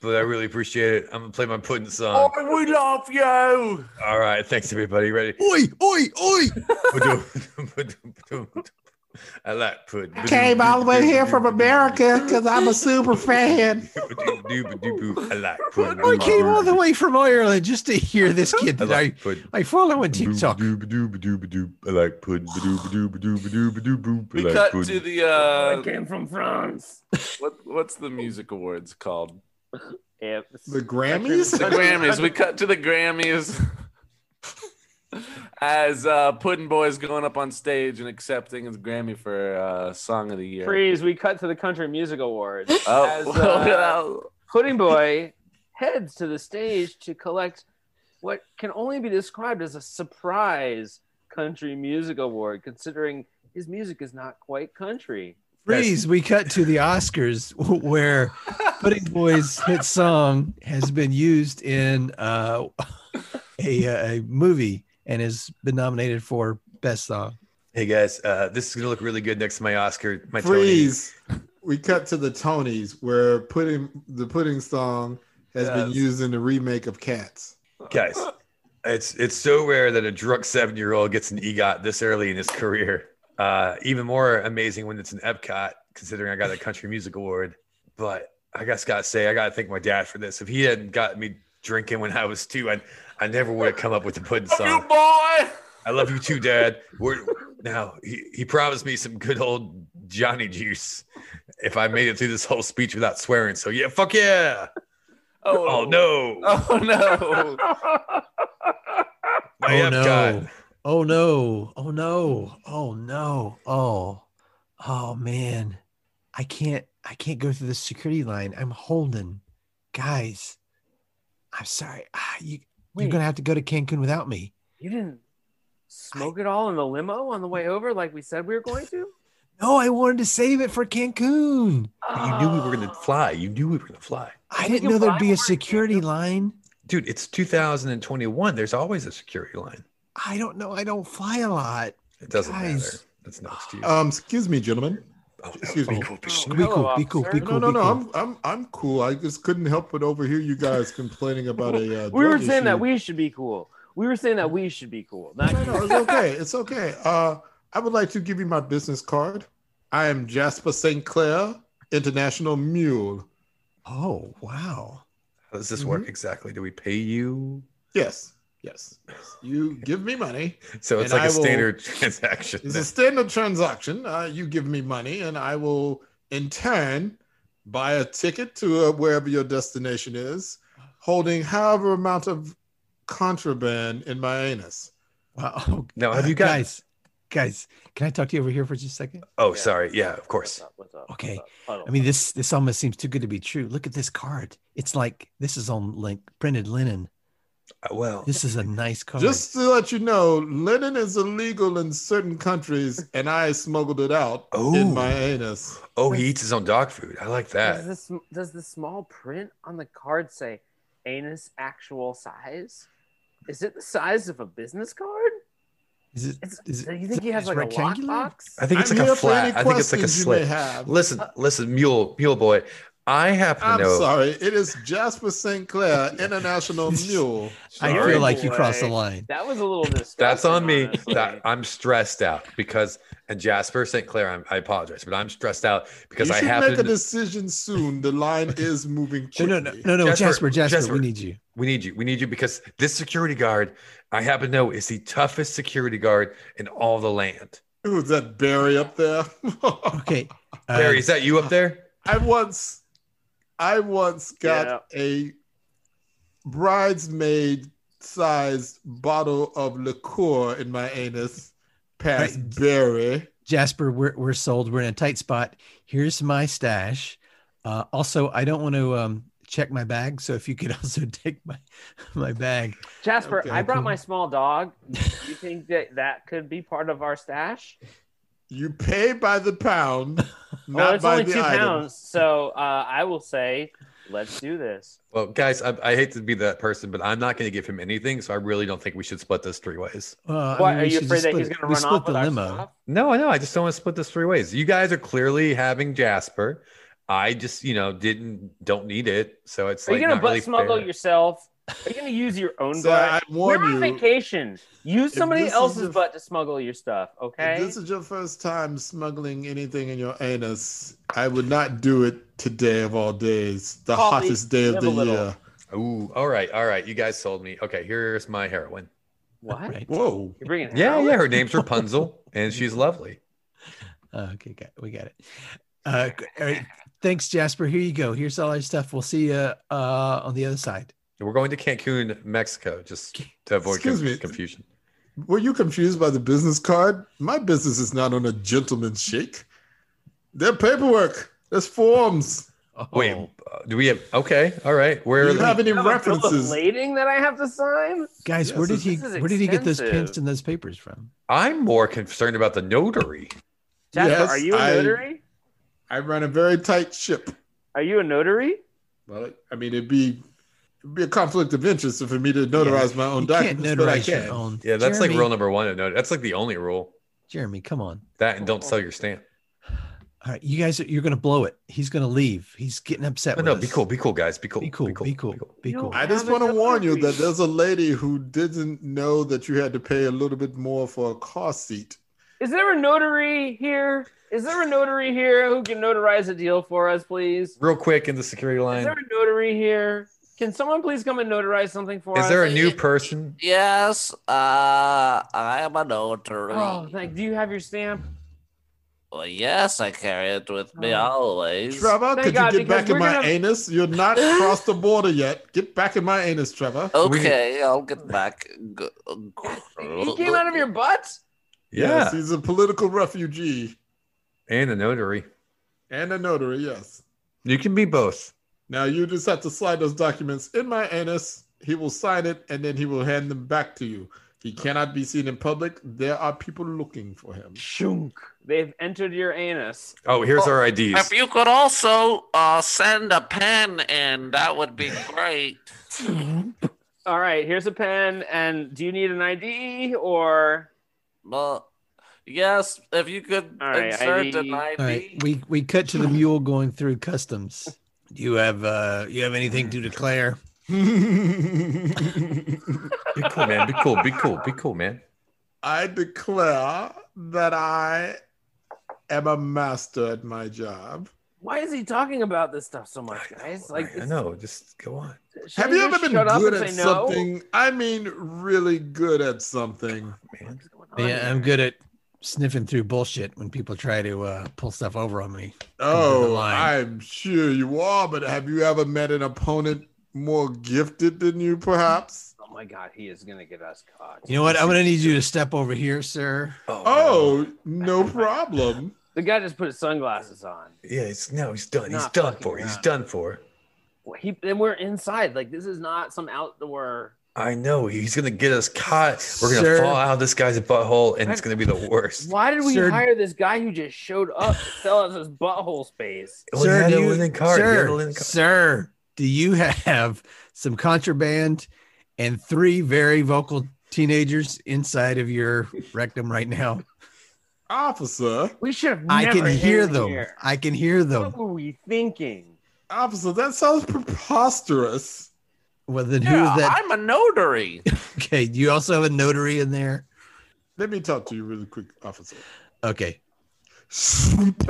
[SPEAKER 4] but i really appreciate it i'm gonna play my pudding song
[SPEAKER 10] we love you.
[SPEAKER 4] all right thanks everybody ready
[SPEAKER 2] Oi, oi, oi.
[SPEAKER 4] i like pudding
[SPEAKER 7] Came all the way here from America because I'm a super fan.
[SPEAKER 4] i like pudding
[SPEAKER 2] I came all the way from Ireland just to hear this kid
[SPEAKER 4] i
[SPEAKER 2] that I,
[SPEAKER 4] like pudding
[SPEAKER 2] I follow on TikTok.
[SPEAKER 4] Doop, doop, doop, doop. I like pudding. Doop, doop, doop, doop, doop, doop. I
[SPEAKER 10] We
[SPEAKER 4] like
[SPEAKER 10] cut
[SPEAKER 4] pudding.
[SPEAKER 10] to the uh,
[SPEAKER 8] I came from France.
[SPEAKER 10] what, what's the music awards called?
[SPEAKER 8] Yep.
[SPEAKER 7] The Grammys?
[SPEAKER 10] The Grammys. We cut to the Grammys as uh, Puddin' Boy is going up on stage and accepting his Grammy for uh, Song of the Year.
[SPEAKER 8] Freeze, we cut to the Country Music Awards.
[SPEAKER 10] Oh,
[SPEAKER 8] As, uh, Pudding Boy heads to the stage to collect what can only be described as a surprise Country Music Award, considering his music is not quite country.
[SPEAKER 2] Freeze, we cut to the Oscars where Pudding Boy's hit song has been used in uh, a, a movie and has been nominated for Best Song.
[SPEAKER 4] Hey guys, uh, this is gonna look really good next to my Oscar, my Tony.
[SPEAKER 7] Freeze. We cut to the Tonys where pudding the pudding song has been
[SPEAKER 4] Yes.
[SPEAKER 7] used in the remake of Cats.
[SPEAKER 4] guys it's it's so rare that a drunk seven year old gets an egot this early in his career uh even more amazing when it's an epcot considering i got a country music award but i guess gotta say i gotta thank my dad for this if he hadn't got me drinking when i was two i i never would have come up with the pudding
[SPEAKER 10] you
[SPEAKER 4] song
[SPEAKER 10] boy.
[SPEAKER 4] i love you too dad We're, now he, he promised me some good old johnny juice if i made it through this whole speech without swearing so yeah fuck yeah oh, no
[SPEAKER 10] Oh no.
[SPEAKER 4] my
[SPEAKER 2] oh
[SPEAKER 4] epcot
[SPEAKER 2] no. Oh no. Oh no. Oh no. Oh. Oh man. I can't I can't go through the security line. I'm holding. Guys. I'm sorry. Ah, you you're
[SPEAKER 8] Wait.
[SPEAKER 2] gonna have to go to Cancun without me.
[SPEAKER 8] You didn't smoke it all in the limo on the way over like we said we were going to?
[SPEAKER 2] No, I wanted to save it for Cancun.
[SPEAKER 4] You knew we were
[SPEAKER 7] Ah.
[SPEAKER 4] going to fly. You knew we were going to fly.
[SPEAKER 2] I
[SPEAKER 8] Can
[SPEAKER 2] didn't
[SPEAKER 8] you
[SPEAKER 2] know there'd
[SPEAKER 8] buy
[SPEAKER 2] be a
[SPEAKER 8] one?
[SPEAKER 2] security line.
[SPEAKER 4] Dude, it's 2021. There's always a security line.
[SPEAKER 2] I don't know. I don't fly a lot.
[SPEAKER 4] It doesn't matter.
[SPEAKER 2] Guys.
[SPEAKER 4] That's no excuse.
[SPEAKER 7] Um, excuse me, gentlemen.
[SPEAKER 4] Oh, no.
[SPEAKER 7] excuse me.
[SPEAKER 4] Oh,
[SPEAKER 8] Oh,
[SPEAKER 2] Be
[SPEAKER 8] hello,
[SPEAKER 2] cool, be cool, be
[SPEAKER 8] officer.
[SPEAKER 7] No,
[SPEAKER 2] cool,
[SPEAKER 7] no,
[SPEAKER 2] be
[SPEAKER 7] no.
[SPEAKER 2] cool.
[SPEAKER 7] I'm I'm I'm cool. I just couldn't help but overhear you guys complaining about a. Uh,
[SPEAKER 8] We were
[SPEAKER 7] drug
[SPEAKER 8] saying
[SPEAKER 7] issue.
[SPEAKER 8] that we should be cool. We were saying that we should be cool. Not
[SPEAKER 7] No, no, it's okay. It's okay. Uh, I would like to give you my business card. I am Jasper St. Clair, International Mule.
[SPEAKER 2] Oh wow.
[SPEAKER 4] How oh, does this
[SPEAKER 7] Mm-hmm.
[SPEAKER 4] work exactly? Do we pay you?
[SPEAKER 7] Yes, yes. yes. You give me money.
[SPEAKER 4] So it's
[SPEAKER 7] And
[SPEAKER 4] like a
[SPEAKER 7] I will-
[SPEAKER 4] standard transaction.
[SPEAKER 7] It's a standard transaction. Uh, you give me money, and I will, in turn, buy a ticket to uh, wherever your destination is, holding however amount of contraband in my anus.
[SPEAKER 2] Wow.
[SPEAKER 4] Now, have
[SPEAKER 2] Uh,
[SPEAKER 4] you got-
[SPEAKER 2] guys? Guys, can I talk to you over here for just a second?
[SPEAKER 4] oh,
[SPEAKER 8] Yeah.
[SPEAKER 4] sorry. Yeah, of course.
[SPEAKER 8] What's up, what's up,
[SPEAKER 2] Okay.
[SPEAKER 8] what's up? Huddle.
[SPEAKER 2] I mean, this this almost seems too good to be true. Look at this card. It's like this is on like printed linen.
[SPEAKER 4] Uh, well,
[SPEAKER 2] This is a nice card.
[SPEAKER 7] Just to let you know, linen is illegal in certain countries, and I smuggled it out
[SPEAKER 4] Oh.
[SPEAKER 7] in my anus.
[SPEAKER 4] oh, he eats his own dog food. I like
[SPEAKER 8] does
[SPEAKER 4] that.
[SPEAKER 8] this does the small print on the card say anus actual size? Is it the size of a business card?
[SPEAKER 2] is it,
[SPEAKER 8] It's,
[SPEAKER 2] is
[SPEAKER 8] do
[SPEAKER 2] it,
[SPEAKER 8] you think he has like a lockbox?
[SPEAKER 4] I think it's
[SPEAKER 7] I'm
[SPEAKER 4] like
[SPEAKER 7] here
[SPEAKER 4] a
[SPEAKER 7] for
[SPEAKER 4] flat.
[SPEAKER 7] any
[SPEAKER 4] I think it's like a
[SPEAKER 7] questions you may
[SPEAKER 4] slit.
[SPEAKER 7] have. Uh,
[SPEAKER 4] Listen, listen, mule, mule boy. I happen to
[SPEAKER 7] I'm
[SPEAKER 4] know.
[SPEAKER 7] sorry. It is Jasper St. Clair, International Mule.
[SPEAKER 2] I
[SPEAKER 4] Sorry,
[SPEAKER 2] feel like you
[SPEAKER 8] boy.
[SPEAKER 2] crossed the line.
[SPEAKER 8] That was a little disgusting.
[SPEAKER 4] That's on me.
[SPEAKER 8] honestly.
[SPEAKER 4] That I'm stressed out because, and Jasper St. Clair, I'm, I apologize, but I'm stressed out because
[SPEAKER 7] You
[SPEAKER 4] I
[SPEAKER 7] should make a
[SPEAKER 4] happen. To,
[SPEAKER 7] decision soon. The line is moving
[SPEAKER 2] No,
[SPEAKER 7] quickly.
[SPEAKER 2] no, no, no, no, Jasper,
[SPEAKER 4] Jasper,
[SPEAKER 2] Jasper,
[SPEAKER 4] Jasper.
[SPEAKER 2] we need you.
[SPEAKER 4] we need you. We need you because this security guard, I happen to know, is the toughest security guard in all the land.
[SPEAKER 7] Who's that Barry up there?
[SPEAKER 2] Okay. uh,
[SPEAKER 4] Barry, is that you up there?
[SPEAKER 7] I once, I once got a bridesmaid sized bottle of liqueur in my anus past
[SPEAKER 2] Right.
[SPEAKER 7] Barry.
[SPEAKER 2] Jasper, we're we're sold. We're in a tight spot. Here's my stash. Uh, also, I don't want to um, check my bag, so if you could also take my my bag.
[SPEAKER 8] Jasper,
[SPEAKER 7] Okay,
[SPEAKER 8] I brought
[SPEAKER 2] cool.
[SPEAKER 8] my small dog. You think that that could be part of our stash?
[SPEAKER 7] You pay by the pound,
[SPEAKER 8] well,
[SPEAKER 7] not
[SPEAKER 8] Oh, it's
[SPEAKER 7] by
[SPEAKER 8] only
[SPEAKER 7] the
[SPEAKER 8] two
[SPEAKER 7] item.
[SPEAKER 8] pounds, so uh, I will say Let's do this.
[SPEAKER 4] Well, guys, I, I hate to be that person, but I'm not going to give him anything. So I really don't think we should split this three ways.
[SPEAKER 2] Well, Uh, I
[SPEAKER 8] Why
[SPEAKER 2] mean,
[SPEAKER 8] are
[SPEAKER 2] we
[SPEAKER 8] you
[SPEAKER 2] should
[SPEAKER 8] afraid
[SPEAKER 2] just
[SPEAKER 8] that he's
[SPEAKER 2] split-
[SPEAKER 8] going to
[SPEAKER 2] we
[SPEAKER 8] run
[SPEAKER 2] split
[SPEAKER 8] off with
[SPEAKER 2] the
[SPEAKER 8] our
[SPEAKER 2] limo.
[SPEAKER 8] stuff?
[SPEAKER 4] No, I know. I just don't want to split this three ways. You guys are clearly having Jasper. I just, you know, didn't don't need it. So it's
[SPEAKER 8] Are
[SPEAKER 4] like
[SPEAKER 8] you gonna
[SPEAKER 4] not
[SPEAKER 8] butt
[SPEAKER 4] really
[SPEAKER 8] smuggle
[SPEAKER 4] fair.
[SPEAKER 8] yourself? Are you gonna use your own
[SPEAKER 7] So I
[SPEAKER 8] butt?
[SPEAKER 7] warn
[SPEAKER 8] We're on
[SPEAKER 7] you,
[SPEAKER 8] vacation. Use
[SPEAKER 7] if
[SPEAKER 8] somebody
[SPEAKER 7] this is
[SPEAKER 8] else's
[SPEAKER 7] the-
[SPEAKER 8] butt to smuggle your stuff.
[SPEAKER 7] If
[SPEAKER 8] Okay.
[SPEAKER 7] this is your first time smuggling anything in your anus, I would not do it today of all days, the
[SPEAKER 8] Coffee,
[SPEAKER 7] hottest day of
[SPEAKER 8] live
[SPEAKER 7] the
[SPEAKER 8] a little.
[SPEAKER 7] year.
[SPEAKER 4] Ooh, all right, all right. You guys sold me. Okay, here's my heroine.
[SPEAKER 8] what?
[SPEAKER 2] Right.
[SPEAKER 7] Whoa.
[SPEAKER 8] You're bringing?
[SPEAKER 4] Yeah,
[SPEAKER 8] heroin?
[SPEAKER 4] yeah. Her name's Rapunzel, and she's lovely.
[SPEAKER 2] Okay, got, we got it. Uh, g- all right. Thanks, Jasper. Here you go. Here's all our stuff. We'll see you uh, on the other side.
[SPEAKER 4] We're going to Cancun, Mexico, just to avoid
[SPEAKER 7] Excuse
[SPEAKER 4] con-
[SPEAKER 7] me.
[SPEAKER 4] confusion.
[SPEAKER 7] Were you confused by the business card? My business is not on a gentleman's shake. They're paperwork. There's forms.
[SPEAKER 4] Wait,
[SPEAKER 2] Oh,
[SPEAKER 4] uh, do we have? Okay, all right.
[SPEAKER 7] Do
[SPEAKER 4] Where?
[SPEAKER 7] you have any
[SPEAKER 8] I have a bill of
[SPEAKER 7] references?
[SPEAKER 8] lading that I have to sign.
[SPEAKER 2] guys,
[SPEAKER 7] Yes,
[SPEAKER 2] where did
[SPEAKER 7] this
[SPEAKER 2] he
[SPEAKER 8] is
[SPEAKER 2] where did he get those pins
[SPEAKER 8] expensive.
[SPEAKER 2] and those papers from?
[SPEAKER 4] I'm more concerned about the notary.
[SPEAKER 8] Jasper,
[SPEAKER 7] Yes,
[SPEAKER 8] are you a
[SPEAKER 7] I-
[SPEAKER 8] notary?
[SPEAKER 7] I run a very tight ship.
[SPEAKER 8] Are you a notary?
[SPEAKER 7] Well, I mean, it'd be it'd be a conflict of interest for me to notarize my own
[SPEAKER 2] You can't
[SPEAKER 7] documents, but I
[SPEAKER 2] notarize
[SPEAKER 7] can.
[SPEAKER 2] your own.
[SPEAKER 4] Yeah, that's
[SPEAKER 2] Jeremy,
[SPEAKER 4] like rule number one. Of notary. That's like the only rule.
[SPEAKER 2] Jeremy, come on.
[SPEAKER 4] That and don't sell your stamp.
[SPEAKER 2] All right, you guys, are, you're gonna blow it. He's gonna leave. He's getting upset.
[SPEAKER 4] No,
[SPEAKER 2] with
[SPEAKER 4] no,
[SPEAKER 2] us.
[SPEAKER 4] be cool, be cool, guys, be cool,
[SPEAKER 2] Be cool. Be cool. Be
[SPEAKER 8] No.
[SPEAKER 2] cool.
[SPEAKER 7] I just
[SPEAKER 8] Have
[SPEAKER 7] want to
[SPEAKER 8] another
[SPEAKER 7] warn you that
[SPEAKER 8] reason.
[SPEAKER 7] there's a lady who didn't know that you had to pay a little bit more for a car seat.
[SPEAKER 8] Is there a notary here? Is there a notary here who can notarize a deal for us, please?
[SPEAKER 4] Real quick in the security
[SPEAKER 8] Is
[SPEAKER 4] line.
[SPEAKER 8] there a notary here? Can someone please come and notarize something for us?
[SPEAKER 4] Is there a
[SPEAKER 10] Honestly,
[SPEAKER 4] new
[SPEAKER 10] it-
[SPEAKER 4] person?
[SPEAKER 10] Yes, uh, I am a notary.
[SPEAKER 8] Oh, like, do you have your stamp?
[SPEAKER 10] Well, yes, I carry it with me
[SPEAKER 8] Oh.
[SPEAKER 10] always.
[SPEAKER 7] Trevor,
[SPEAKER 8] Thank
[SPEAKER 7] could
[SPEAKER 8] God,
[SPEAKER 7] you get
[SPEAKER 8] because
[SPEAKER 7] back in
[SPEAKER 8] we're
[SPEAKER 7] my
[SPEAKER 8] gonna-
[SPEAKER 7] anus? You're not crossed the border yet. Get back in my anus, Trevor.
[SPEAKER 10] Okay, I'll get back. G- Oh,
[SPEAKER 8] He came out of your butt?
[SPEAKER 4] Yeah,
[SPEAKER 7] he's a political refugee
[SPEAKER 4] and a notary.
[SPEAKER 7] and a notary. Yes.
[SPEAKER 4] You can be both.
[SPEAKER 7] Now you just have to slide those documents in my anus. He will sign it, and then he will hand them back to you. He cannot be seen in public. There are people looking for him.
[SPEAKER 2] Shunk.
[SPEAKER 8] They've entered your anus.
[SPEAKER 4] Oh, here's
[SPEAKER 10] Oh,
[SPEAKER 4] our IDs.
[SPEAKER 10] If you could also uh, send a pen in, that would be great.
[SPEAKER 8] All right, here's a pen. And do you need an ID or?
[SPEAKER 10] Well, yes, if you could
[SPEAKER 8] All right,
[SPEAKER 10] insert
[SPEAKER 8] ID.
[SPEAKER 10] an ID.
[SPEAKER 2] All right, we we cut to the mule going through customs. Do you have uh you have anything to declare?
[SPEAKER 4] Be cool, man. Be cool. Be cool. Be cool, man.
[SPEAKER 7] I declare that I am a master at my job.
[SPEAKER 8] Why is he talking about this stuff so much, guys? Like,
[SPEAKER 4] I know. Just go on.
[SPEAKER 8] this-
[SPEAKER 7] Have
[SPEAKER 8] should
[SPEAKER 7] you
[SPEAKER 8] I
[SPEAKER 7] ever
[SPEAKER 8] just
[SPEAKER 7] been
[SPEAKER 8] shut up
[SPEAKER 7] good
[SPEAKER 8] and
[SPEAKER 7] at
[SPEAKER 8] say no?
[SPEAKER 7] something? I mean, really good at something.
[SPEAKER 4] Man.
[SPEAKER 8] What's going on
[SPEAKER 2] Yeah,
[SPEAKER 8] here?
[SPEAKER 2] I'm good at sniffing through bullshit when people try to uh pull stuff over on me.
[SPEAKER 7] Oh,
[SPEAKER 2] line.
[SPEAKER 7] I'm sure you are, but have you ever met an opponent more gifted than you, perhaps?
[SPEAKER 8] Oh my God, he is gonna get us caught.
[SPEAKER 2] You know what? I'm gonna need you to step over here, sir.
[SPEAKER 7] Oh, no problem.
[SPEAKER 8] The guy just put his sunglasses on.
[SPEAKER 4] yeah. He's no. He's done. He's
[SPEAKER 8] Not
[SPEAKER 4] done
[SPEAKER 8] fucking
[SPEAKER 4] for. He's
[SPEAKER 8] around.
[SPEAKER 4] done for.
[SPEAKER 8] He and we're inside. Like this is not some outdoor.
[SPEAKER 4] I know. He's gonna get us caught. We're gonna
[SPEAKER 2] Sir.
[SPEAKER 4] fall out of this guy's butthole, and it's
[SPEAKER 8] I-
[SPEAKER 4] gonna be the worst.
[SPEAKER 8] Why did we
[SPEAKER 2] Sir-
[SPEAKER 8] hire this guy who just showed up to sell us his butthole space?
[SPEAKER 4] Well, he had
[SPEAKER 2] do
[SPEAKER 4] a
[SPEAKER 2] you-
[SPEAKER 4] linen card. He had a
[SPEAKER 2] Sir,
[SPEAKER 4] linen card.
[SPEAKER 2] sir, do you have some contraband and three very vocal teenagers inside of your rectum right now?
[SPEAKER 7] Officer,
[SPEAKER 8] We should have.
[SPEAKER 2] I can
[SPEAKER 8] never
[SPEAKER 2] hear
[SPEAKER 8] entered
[SPEAKER 2] them. Um,
[SPEAKER 8] here.
[SPEAKER 2] I can hear them.
[SPEAKER 8] What were we thinking?
[SPEAKER 7] officer, that sounds preposterous.
[SPEAKER 2] Well, then who
[SPEAKER 10] Yeah,
[SPEAKER 2] is that?
[SPEAKER 10] I'm a notary.
[SPEAKER 2] Okay, you also have a notary in there.
[SPEAKER 7] Let me talk to you really quick, officer.
[SPEAKER 2] Okay.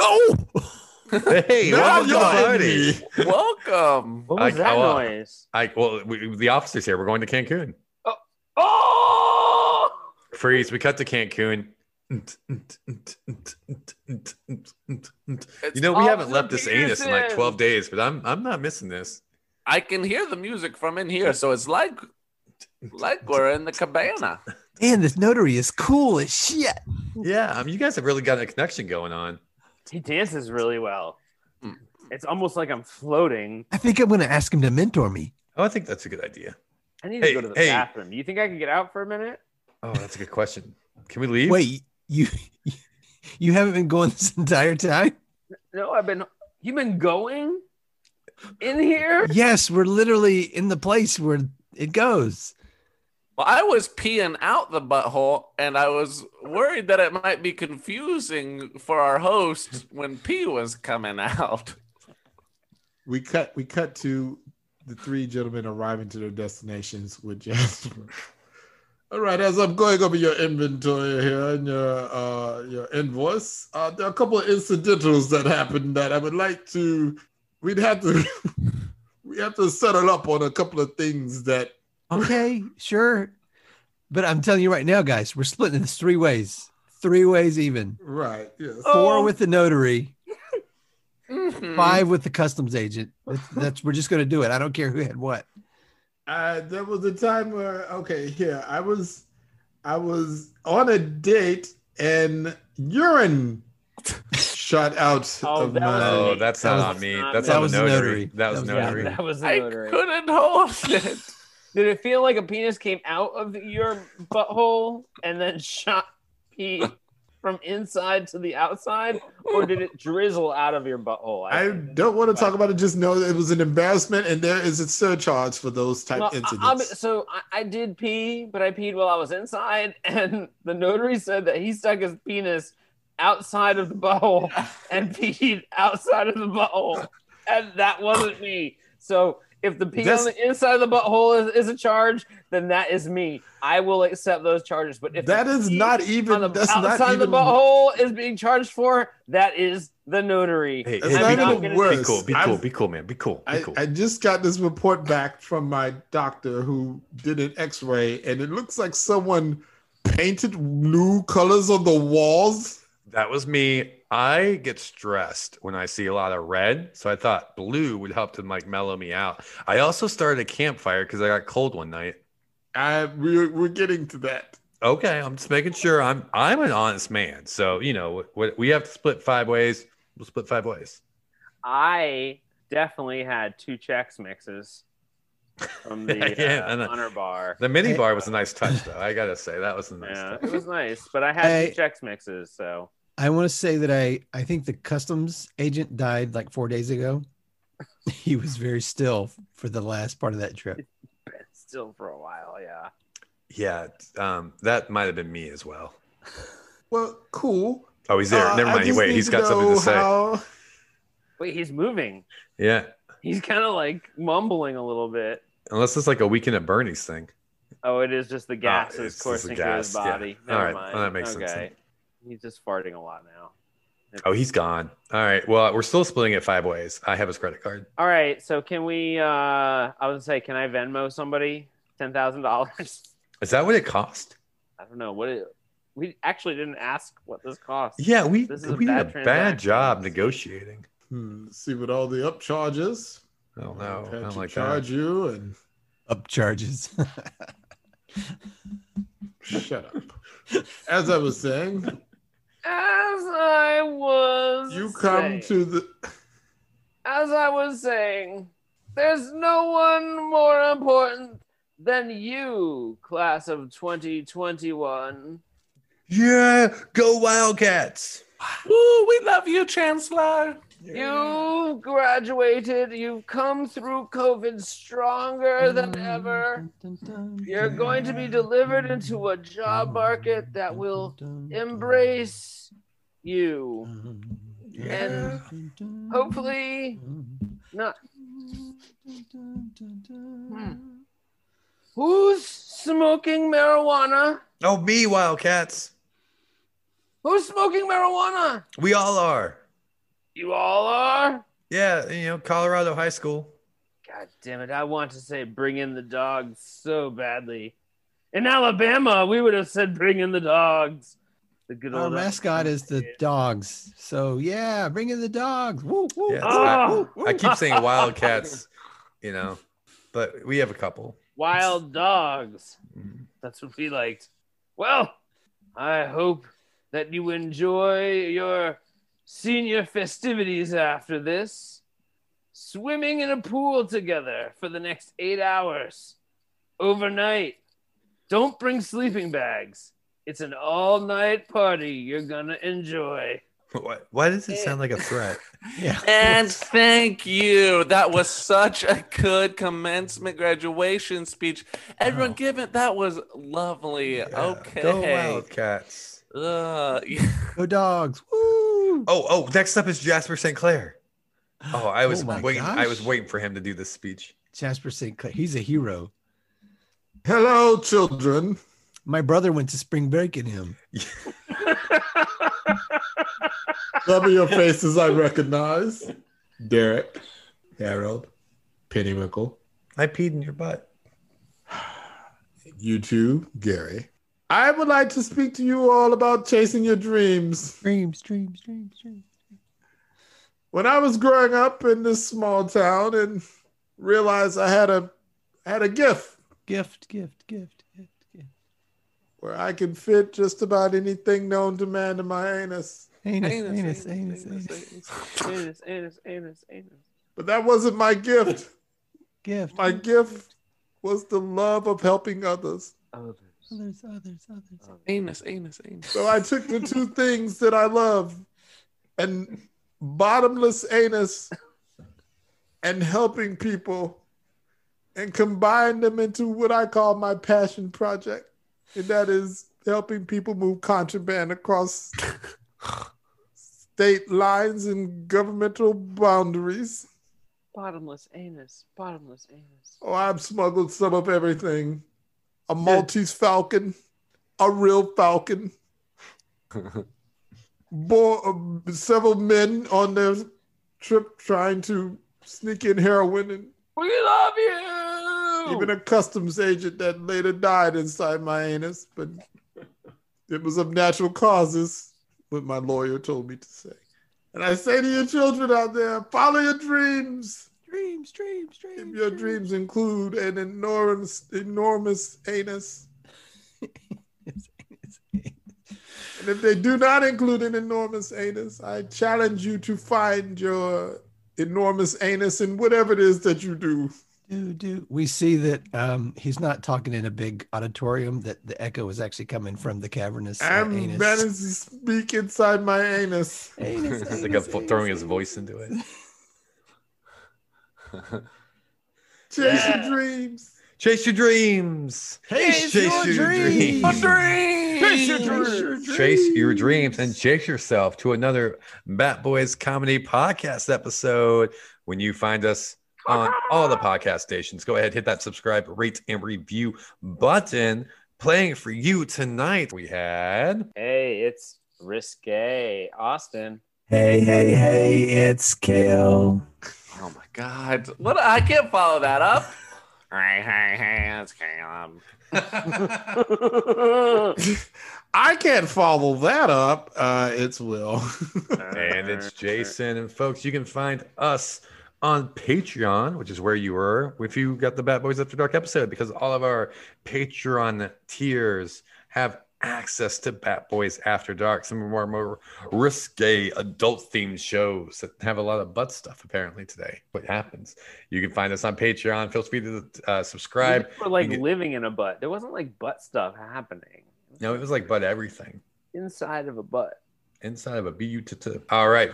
[SPEAKER 2] Oh,
[SPEAKER 4] Hey,
[SPEAKER 7] Now
[SPEAKER 4] welcome to the
[SPEAKER 7] you're in
[SPEAKER 4] party.
[SPEAKER 7] me.
[SPEAKER 10] Welcome.
[SPEAKER 8] What
[SPEAKER 4] I-
[SPEAKER 8] was that
[SPEAKER 4] oh, uh,
[SPEAKER 8] noise?
[SPEAKER 4] I well, we, the officer's here. We're going to Cancun.
[SPEAKER 8] Oh!
[SPEAKER 4] Freeze. We cut to Cancun.
[SPEAKER 10] It's
[SPEAKER 4] You know, we haven't
[SPEAKER 8] Officer
[SPEAKER 4] left this anus in like
[SPEAKER 8] Peterson.
[SPEAKER 4] 12 days, but I'm I'm not missing this.
[SPEAKER 10] I can hear the music from in here, so it's like like we're in the cabana.
[SPEAKER 2] man, this notary is cool as shit.
[SPEAKER 4] Yeah, I mean, you guys have really got a connection going on.
[SPEAKER 8] He dances really well.
[SPEAKER 10] Mm.
[SPEAKER 8] It's almost like I'm floating.
[SPEAKER 2] I think I'm going to ask him to mentor me.
[SPEAKER 4] Oh, I think that's a good idea.
[SPEAKER 8] I need
[SPEAKER 4] Hey,
[SPEAKER 8] to go to the
[SPEAKER 4] hey.
[SPEAKER 8] bathroom. Do you think I can get out for a minute?
[SPEAKER 4] Oh, that's a good question. Can we leave?
[SPEAKER 2] Wait, you you haven't been going this entire time?
[SPEAKER 8] No, I've been. You've been going. in here?
[SPEAKER 2] Yes, we're literally in the place where it goes.
[SPEAKER 10] Well, I was peeing out the butthole, and I was worried that it might be confusing for our host when pee was coming out.
[SPEAKER 7] We cut. We cut to the three gentlemen arriving to their destinations with Jasper. All right, as I'm going over your inventory here and your uh, your invoice, uh, there are a couple of incidentals that happened that I would like to. We'd have to. we have to settle up on a couple of things that
[SPEAKER 2] Okay, sure. But I'm telling you right now, guys, we're splitting this three ways. Three ways even.
[SPEAKER 7] right. Yes.
[SPEAKER 2] Four with the notary,
[SPEAKER 10] Mhm.
[SPEAKER 2] five with the customs agent. That's, that's we're just gonna do it. I don't care who had what.
[SPEAKER 7] Uh, there was a time where okay, here I was, I was on a date and urine shot out
[SPEAKER 8] Oh,
[SPEAKER 7] of
[SPEAKER 8] that
[SPEAKER 7] my.
[SPEAKER 8] was-
[SPEAKER 4] Oh, that's
[SPEAKER 2] uh, That
[SPEAKER 4] not
[SPEAKER 2] was-
[SPEAKER 4] on me.
[SPEAKER 8] not-
[SPEAKER 4] That's
[SPEAKER 8] that
[SPEAKER 4] on
[SPEAKER 2] was
[SPEAKER 4] the notary.
[SPEAKER 2] notary.
[SPEAKER 4] That
[SPEAKER 2] That
[SPEAKER 4] was
[SPEAKER 2] was
[SPEAKER 4] notary.
[SPEAKER 2] notary.
[SPEAKER 8] That was
[SPEAKER 10] I
[SPEAKER 8] notary.
[SPEAKER 10] couldn't hold it.
[SPEAKER 8] Did it feel like a penis came out of your butthole and then shot pee from inside to the outside, or did it drizzle out of your butthole?
[SPEAKER 7] I don't want to talk about it. Just know that it was an embarrassment, and there is a surcharge for those type
[SPEAKER 8] Well, I,
[SPEAKER 7] incidents.
[SPEAKER 8] I'll be- so I, I did pee, but I peed while I was inside, and the notary said that he stuck his penis outside of the butthole and peed outside of the butthole, and that wasn't me. So if the pee
[SPEAKER 7] That's-
[SPEAKER 8] on the inside of the butthole is, is a charge, then that is me. I will accept those charges. But if
[SPEAKER 7] that
[SPEAKER 8] the
[SPEAKER 7] is
[SPEAKER 8] pee
[SPEAKER 7] not
[SPEAKER 8] on
[SPEAKER 7] even.
[SPEAKER 8] the
[SPEAKER 7] that's
[SPEAKER 8] outside
[SPEAKER 7] not
[SPEAKER 8] of the
[SPEAKER 7] even.
[SPEAKER 8] butthole is being charged for, that is the notary.
[SPEAKER 4] Hey,
[SPEAKER 7] That's
[SPEAKER 4] hey,
[SPEAKER 7] not
[SPEAKER 4] be
[SPEAKER 7] even
[SPEAKER 4] cool.
[SPEAKER 8] gonna
[SPEAKER 7] worse.
[SPEAKER 4] Be cool. Be
[SPEAKER 7] I've-
[SPEAKER 4] cool. Be cool, man. Be cool. Be
[SPEAKER 7] I,
[SPEAKER 4] cool.
[SPEAKER 7] I just got this report back from my doctor who did an X-ray, and it looks like someone painted blue colors on the walls.
[SPEAKER 4] That was me. I get stressed when I see a lot of red, so I thought blue would help to like mellow me out. I also started a campfire because I got cold one night.
[SPEAKER 7] I we're, we're getting to that.
[SPEAKER 4] Okay, I'm just making sure I'm I'm an honest man. So you know what we have to split five ways. We'll split five ways.
[SPEAKER 8] I definitely had two checks mixes from the
[SPEAKER 4] Yeah,
[SPEAKER 8] uh,
[SPEAKER 4] I know.
[SPEAKER 8] honor bar.
[SPEAKER 4] The mini
[SPEAKER 2] Hey.
[SPEAKER 4] bar was a nice touch, though. I gotta say that was a nice
[SPEAKER 8] Yeah,
[SPEAKER 4] touch.
[SPEAKER 8] it was nice, but I had
[SPEAKER 2] Hey.
[SPEAKER 8] two checks mixes, so
[SPEAKER 2] I want to say that I I think the customs agent died like four days ago. He was very still for the last part of that trip.
[SPEAKER 8] still for a while. Yeah,
[SPEAKER 4] Yeah, um, that might have been me as well.
[SPEAKER 7] Well, cool.
[SPEAKER 4] Oh, he's there.
[SPEAKER 7] Uh,
[SPEAKER 4] Never
[SPEAKER 7] I
[SPEAKER 4] mind.
[SPEAKER 7] just
[SPEAKER 4] Wait,
[SPEAKER 7] need
[SPEAKER 4] he's got something
[SPEAKER 7] know
[SPEAKER 4] to say.
[SPEAKER 7] how-
[SPEAKER 8] wait, he's moving.
[SPEAKER 4] Yeah,
[SPEAKER 8] He's kind of like mumbling a little bit.
[SPEAKER 4] unless it's like a weekend at Bernie's thing.
[SPEAKER 8] Oh, it is just the
[SPEAKER 4] Ah, it's
[SPEAKER 8] gas
[SPEAKER 4] just
[SPEAKER 8] is
[SPEAKER 4] the
[SPEAKER 8] coursing
[SPEAKER 4] gas,
[SPEAKER 8] through his body.
[SPEAKER 4] yeah.
[SPEAKER 8] Never
[SPEAKER 4] All right,
[SPEAKER 8] mind.
[SPEAKER 4] well, that makes
[SPEAKER 8] okay.
[SPEAKER 4] sense.
[SPEAKER 8] He's just farting a lot now.
[SPEAKER 4] Oh, he's gone. All right. Well, we're still splitting it five ways. I have his credit card.
[SPEAKER 8] All right, so can we? uh I was gonna say, can I Venmo somebody ten thousand dollars?
[SPEAKER 4] Is that what it cost?
[SPEAKER 8] I don't know what it. We actually didn't ask what this cost.
[SPEAKER 4] Yeah, we
[SPEAKER 8] This is a
[SPEAKER 4] we did a
[SPEAKER 8] bad
[SPEAKER 4] bad
[SPEAKER 8] transaction.
[SPEAKER 4] job negotiating.
[SPEAKER 7] Hmm, see what all the upcharges.
[SPEAKER 4] I don't know. I
[SPEAKER 7] Had
[SPEAKER 4] don't
[SPEAKER 7] to
[SPEAKER 4] like that.
[SPEAKER 7] charge you and
[SPEAKER 2] Up charges.
[SPEAKER 7] shut up. As I was saying,
[SPEAKER 8] As I was.
[SPEAKER 7] you come
[SPEAKER 8] saying-
[SPEAKER 7] to the.
[SPEAKER 8] As I was saying, there's no one more important than you, class of 2021.
[SPEAKER 4] Yeah, go Wildcats.
[SPEAKER 10] Woo, we love you, Chancellor.
[SPEAKER 8] You've graduated. You've come through COVID stronger than ever. You're going to be delivered into a job market that will embrace you.
[SPEAKER 4] Yeah.
[SPEAKER 8] Hopefully, not Who's smoking marijuana?
[SPEAKER 4] Oh, me Wildcats.
[SPEAKER 8] Who's smoking marijuana?
[SPEAKER 4] We all are.
[SPEAKER 8] You all are?
[SPEAKER 4] Yeah, you know, Colorado High School.
[SPEAKER 8] God damn it. I want to say bring in the dogs so badly. In Alabama, we would have said bring in the dogs. The good
[SPEAKER 2] Our
[SPEAKER 8] old
[SPEAKER 2] mascot is the dogs. So yeah, bring in the dogs. Woo, woo,
[SPEAKER 4] Yeah,
[SPEAKER 2] woo.
[SPEAKER 8] Oh.
[SPEAKER 4] I, I keep saying Wildcats, you know, but we have a couple.
[SPEAKER 8] wild dogs. That's what we liked. Well, I hope that you enjoy your senior festivities after this. Swimming in a pool together for the next eight hours overnight. Don't bring sleeping bags. It's an all night party you're going to enjoy.
[SPEAKER 4] Why, why does it sound like a threat?
[SPEAKER 2] Yeah.
[SPEAKER 10] And thank you. That was such a good commencement graduation speech. Everyone,
[SPEAKER 2] Wow.
[SPEAKER 10] give it. That was lovely.
[SPEAKER 4] Yeah,
[SPEAKER 10] okay.
[SPEAKER 4] Go Wildcats.
[SPEAKER 10] Uh,
[SPEAKER 2] Go dogs. Woo.
[SPEAKER 4] Oh, oh, next up is Jasper St. Clair. Oh, I was
[SPEAKER 2] Oh my
[SPEAKER 4] waiting. I was
[SPEAKER 2] gosh.
[SPEAKER 4] waiting for him to do this speech.
[SPEAKER 2] Jasper St. Clair. He's a hero.
[SPEAKER 7] Hello, children.
[SPEAKER 2] My brother went to spring break in him.
[SPEAKER 7] Some of your faces I recognize. Derek, Harold, Pennywinkle,
[SPEAKER 4] I peed in your butt.
[SPEAKER 7] you two, Gary. I would like to speak to you all about chasing your dreams.
[SPEAKER 2] Dreams, dreams, dreams, dreams.
[SPEAKER 7] When I was growing up in this small town and realized I had a I had a gift
[SPEAKER 2] Gift, gift, gift, gift, gift.
[SPEAKER 7] where I can fit just about anything known to man in my anus.
[SPEAKER 2] Anus, anus, anus,
[SPEAKER 10] Anus, anus,
[SPEAKER 2] anus.
[SPEAKER 10] anus,
[SPEAKER 8] anus, anus, anus, anus.
[SPEAKER 7] But that wasn't my gift.
[SPEAKER 2] Gift.
[SPEAKER 7] My gift was the love of helping others.
[SPEAKER 8] Others.
[SPEAKER 2] Others, others, others.
[SPEAKER 10] anus, anus, anus.
[SPEAKER 7] So I took the two things that I love and bottomless anus and helping people and combined them into what I call my passion project. And that is helping people move contraband across state lines and governmental boundaries.
[SPEAKER 8] Bottomless anus. Bottomless anus.
[SPEAKER 7] Oh, I've smuggled some of everything. A Maltese falcon, a real falcon. Bo- uh, several men on their trip trying to sneak in heroin, and
[SPEAKER 8] We love you.
[SPEAKER 7] even a customs agent that later died inside my anus, but it was of natural causes, what my lawyer told me to say. And I say to your children out there, follow your dreams.
[SPEAKER 2] Dreams, dreams, dreams.
[SPEAKER 7] If your dreams include an enormous, enormous anus,
[SPEAKER 2] Anus, anus, anus.
[SPEAKER 7] and if they do not include an enormous anus, I challenge you to find your enormous anus in whatever it is that you do.
[SPEAKER 2] Do, do. We see that um, he's not talking in a big auditorium, that the echo is actually coming from the cavernous uh,
[SPEAKER 7] I'm
[SPEAKER 2] anus.
[SPEAKER 7] managing to speak inside my anus.
[SPEAKER 2] Anus,
[SPEAKER 4] It's like a
[SPEAKER 2] anus,
[SPEAKER 4] vo-
[SPEAKER 2] anus,
[SPEAKER 4] throwing his
[SPEAKER 2] anus.
[SPEAKER 4] voice into it.
[SPEAKER 7] Chase your dreams.
[SPEAKER 4] Chase your dreams.
[SPEAKER 2] Chase your dreams.
[SPEAKER 4] Chase your dreams. Chase your dreams and chase yourself to another Bat Boys Comedy Podcast episode. When you find us on all the podcast stations, go ahead, hit that subscribe, rate, and review button. Playing for you tonight, we had
[SPEAKER 8] Hey, it's risque, Austin.
[SPEAKER 3] Hey, hey, hey, it's Kale.
[SPEAKER 10] Oh my God! What? I can't follow that up. Hey, hey, hey! It's Caleb.
[SPEAKER 7] I can't follow that up. Uh, it's Will.
[SPEAKER 4] and it's Jason. And folks, you can find us on Patreon, which is where you were if you got the Bat Boys After Dark episode, because all of our Patreon tiers have access to Bat Boys After Dark, some of our more risque adult themed shows that have a lot of butt stuff apparently today. What happens? You can find us on Patreon. Feel free to uh, subscribe.
[SPEAKER 8] We're like
[SPEAKER 4] You get-
[SPEAKER 8] living in a butt. There wasn't like butt stuff happening.
[SPEAKER 4] No, it was like butt everything.
[SPEAKER 8] inside of a butt.
[SPEAKER 4] inside of a BU. All right.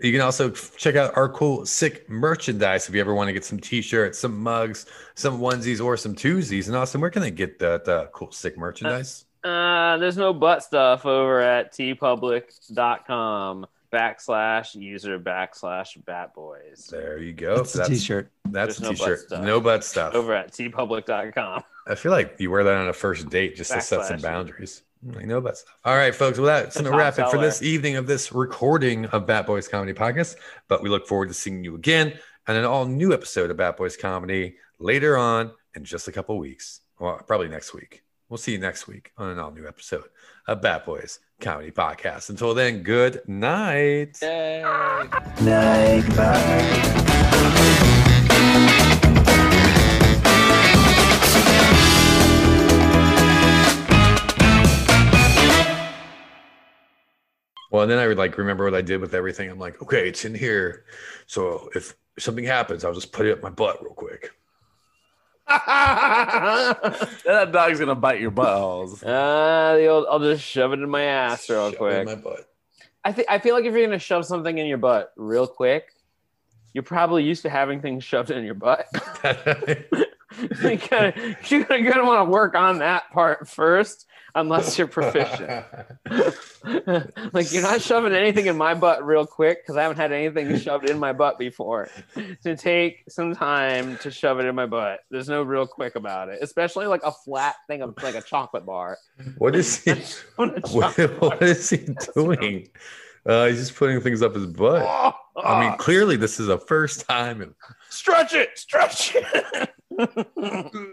[SPEAKER 4] You can also f- check out our cool, sick merchandise if you ever want to get some t shirts, some mugs, some onesies, or some twosies. And Austin, where can they get that uh, cool, sick merchandise?
[SPEAKER 8] Uh, there's no butt stuff over at tpublic.com backslash user backslash bat boys.
[SPEAKER 4] there you go.
[SPEAKER 2] That's a t shirt.
[SPEAKER 4] That's
[SPEAKER 8] There's
[SPEAKER 4] a
[SPEAKER 8] no
[SPEAKER 4] t
[SPEAKER 8] butt
[SPEAKER 4] shirt.
[SPEAKER 8] stuff.
[SPEAKER 4] No butt stuff.
[SPEAKER 8] Over at tpublic.com.
[SPEAKER 4] I feel like you wear that on a first date just to set some
[SPEAKER 8] Backslash.
[SPEAKER 4] boundaries. Mm, I know about stuff. All right, folks. Well, that's
[SPEAKER 8] The
[SPEAKER 4] going to
[SPEAKER 8] top
[SPEAKER 4] wrap it for
[SPEAKER 8] seller.
[SPEAKER 4] this evening of this recording of Bat Boys Comedy Podcast. But we look forward to seeing you again on an all new episode of Bat Boys Comedy later on in just a couple weeks. Well, probably next week. We'll see you next week on an all new episode of Bat Boys Comedy Podcast. Until then, good night.
[SPEAKER 3] Night, bye.
[SPEAKER 4] Well, and then I would like remember what I did with everything. I'm like, okay, it's in here. So if something happens, I'll just put it up my butt real quick.
[SPEAKER 10] that dog's gonna bite your buttholes.
[SPEAKER 8] Uh, the old, I'll just shove it in my ass real
[SPEAKER 4] Shove it in
[SPEAKER 8] quick.
[SPEAKER 4] my butt.
[SPEAKER 8] I think I feel like if you're gonna shove something in your butt real quick, you're probably used to having things shoved in your butt. you kind of you're gonna want to work on that part first, unless you're proficient. like you're not shoving anything in my butt real quick because I haven't had anything shoved in my butt before. To take some time to shove it in my butt. There's no real quick about it, especially like a flat thing of like a chocolate bar.
[SPEAKER 4] What is he?
[SPEAKER 8] On a
[SPEAKER 4] What,
[SPEAKER 8] chocolate
[SPEAKER 4] what is he doing? Uh, he's just putting things up his butt.
[SPEAKER 8] bar.
[SPEAKER 4] I mean, clearly this is a first time. And
[SPEAKER 8] stretch it, stretch it.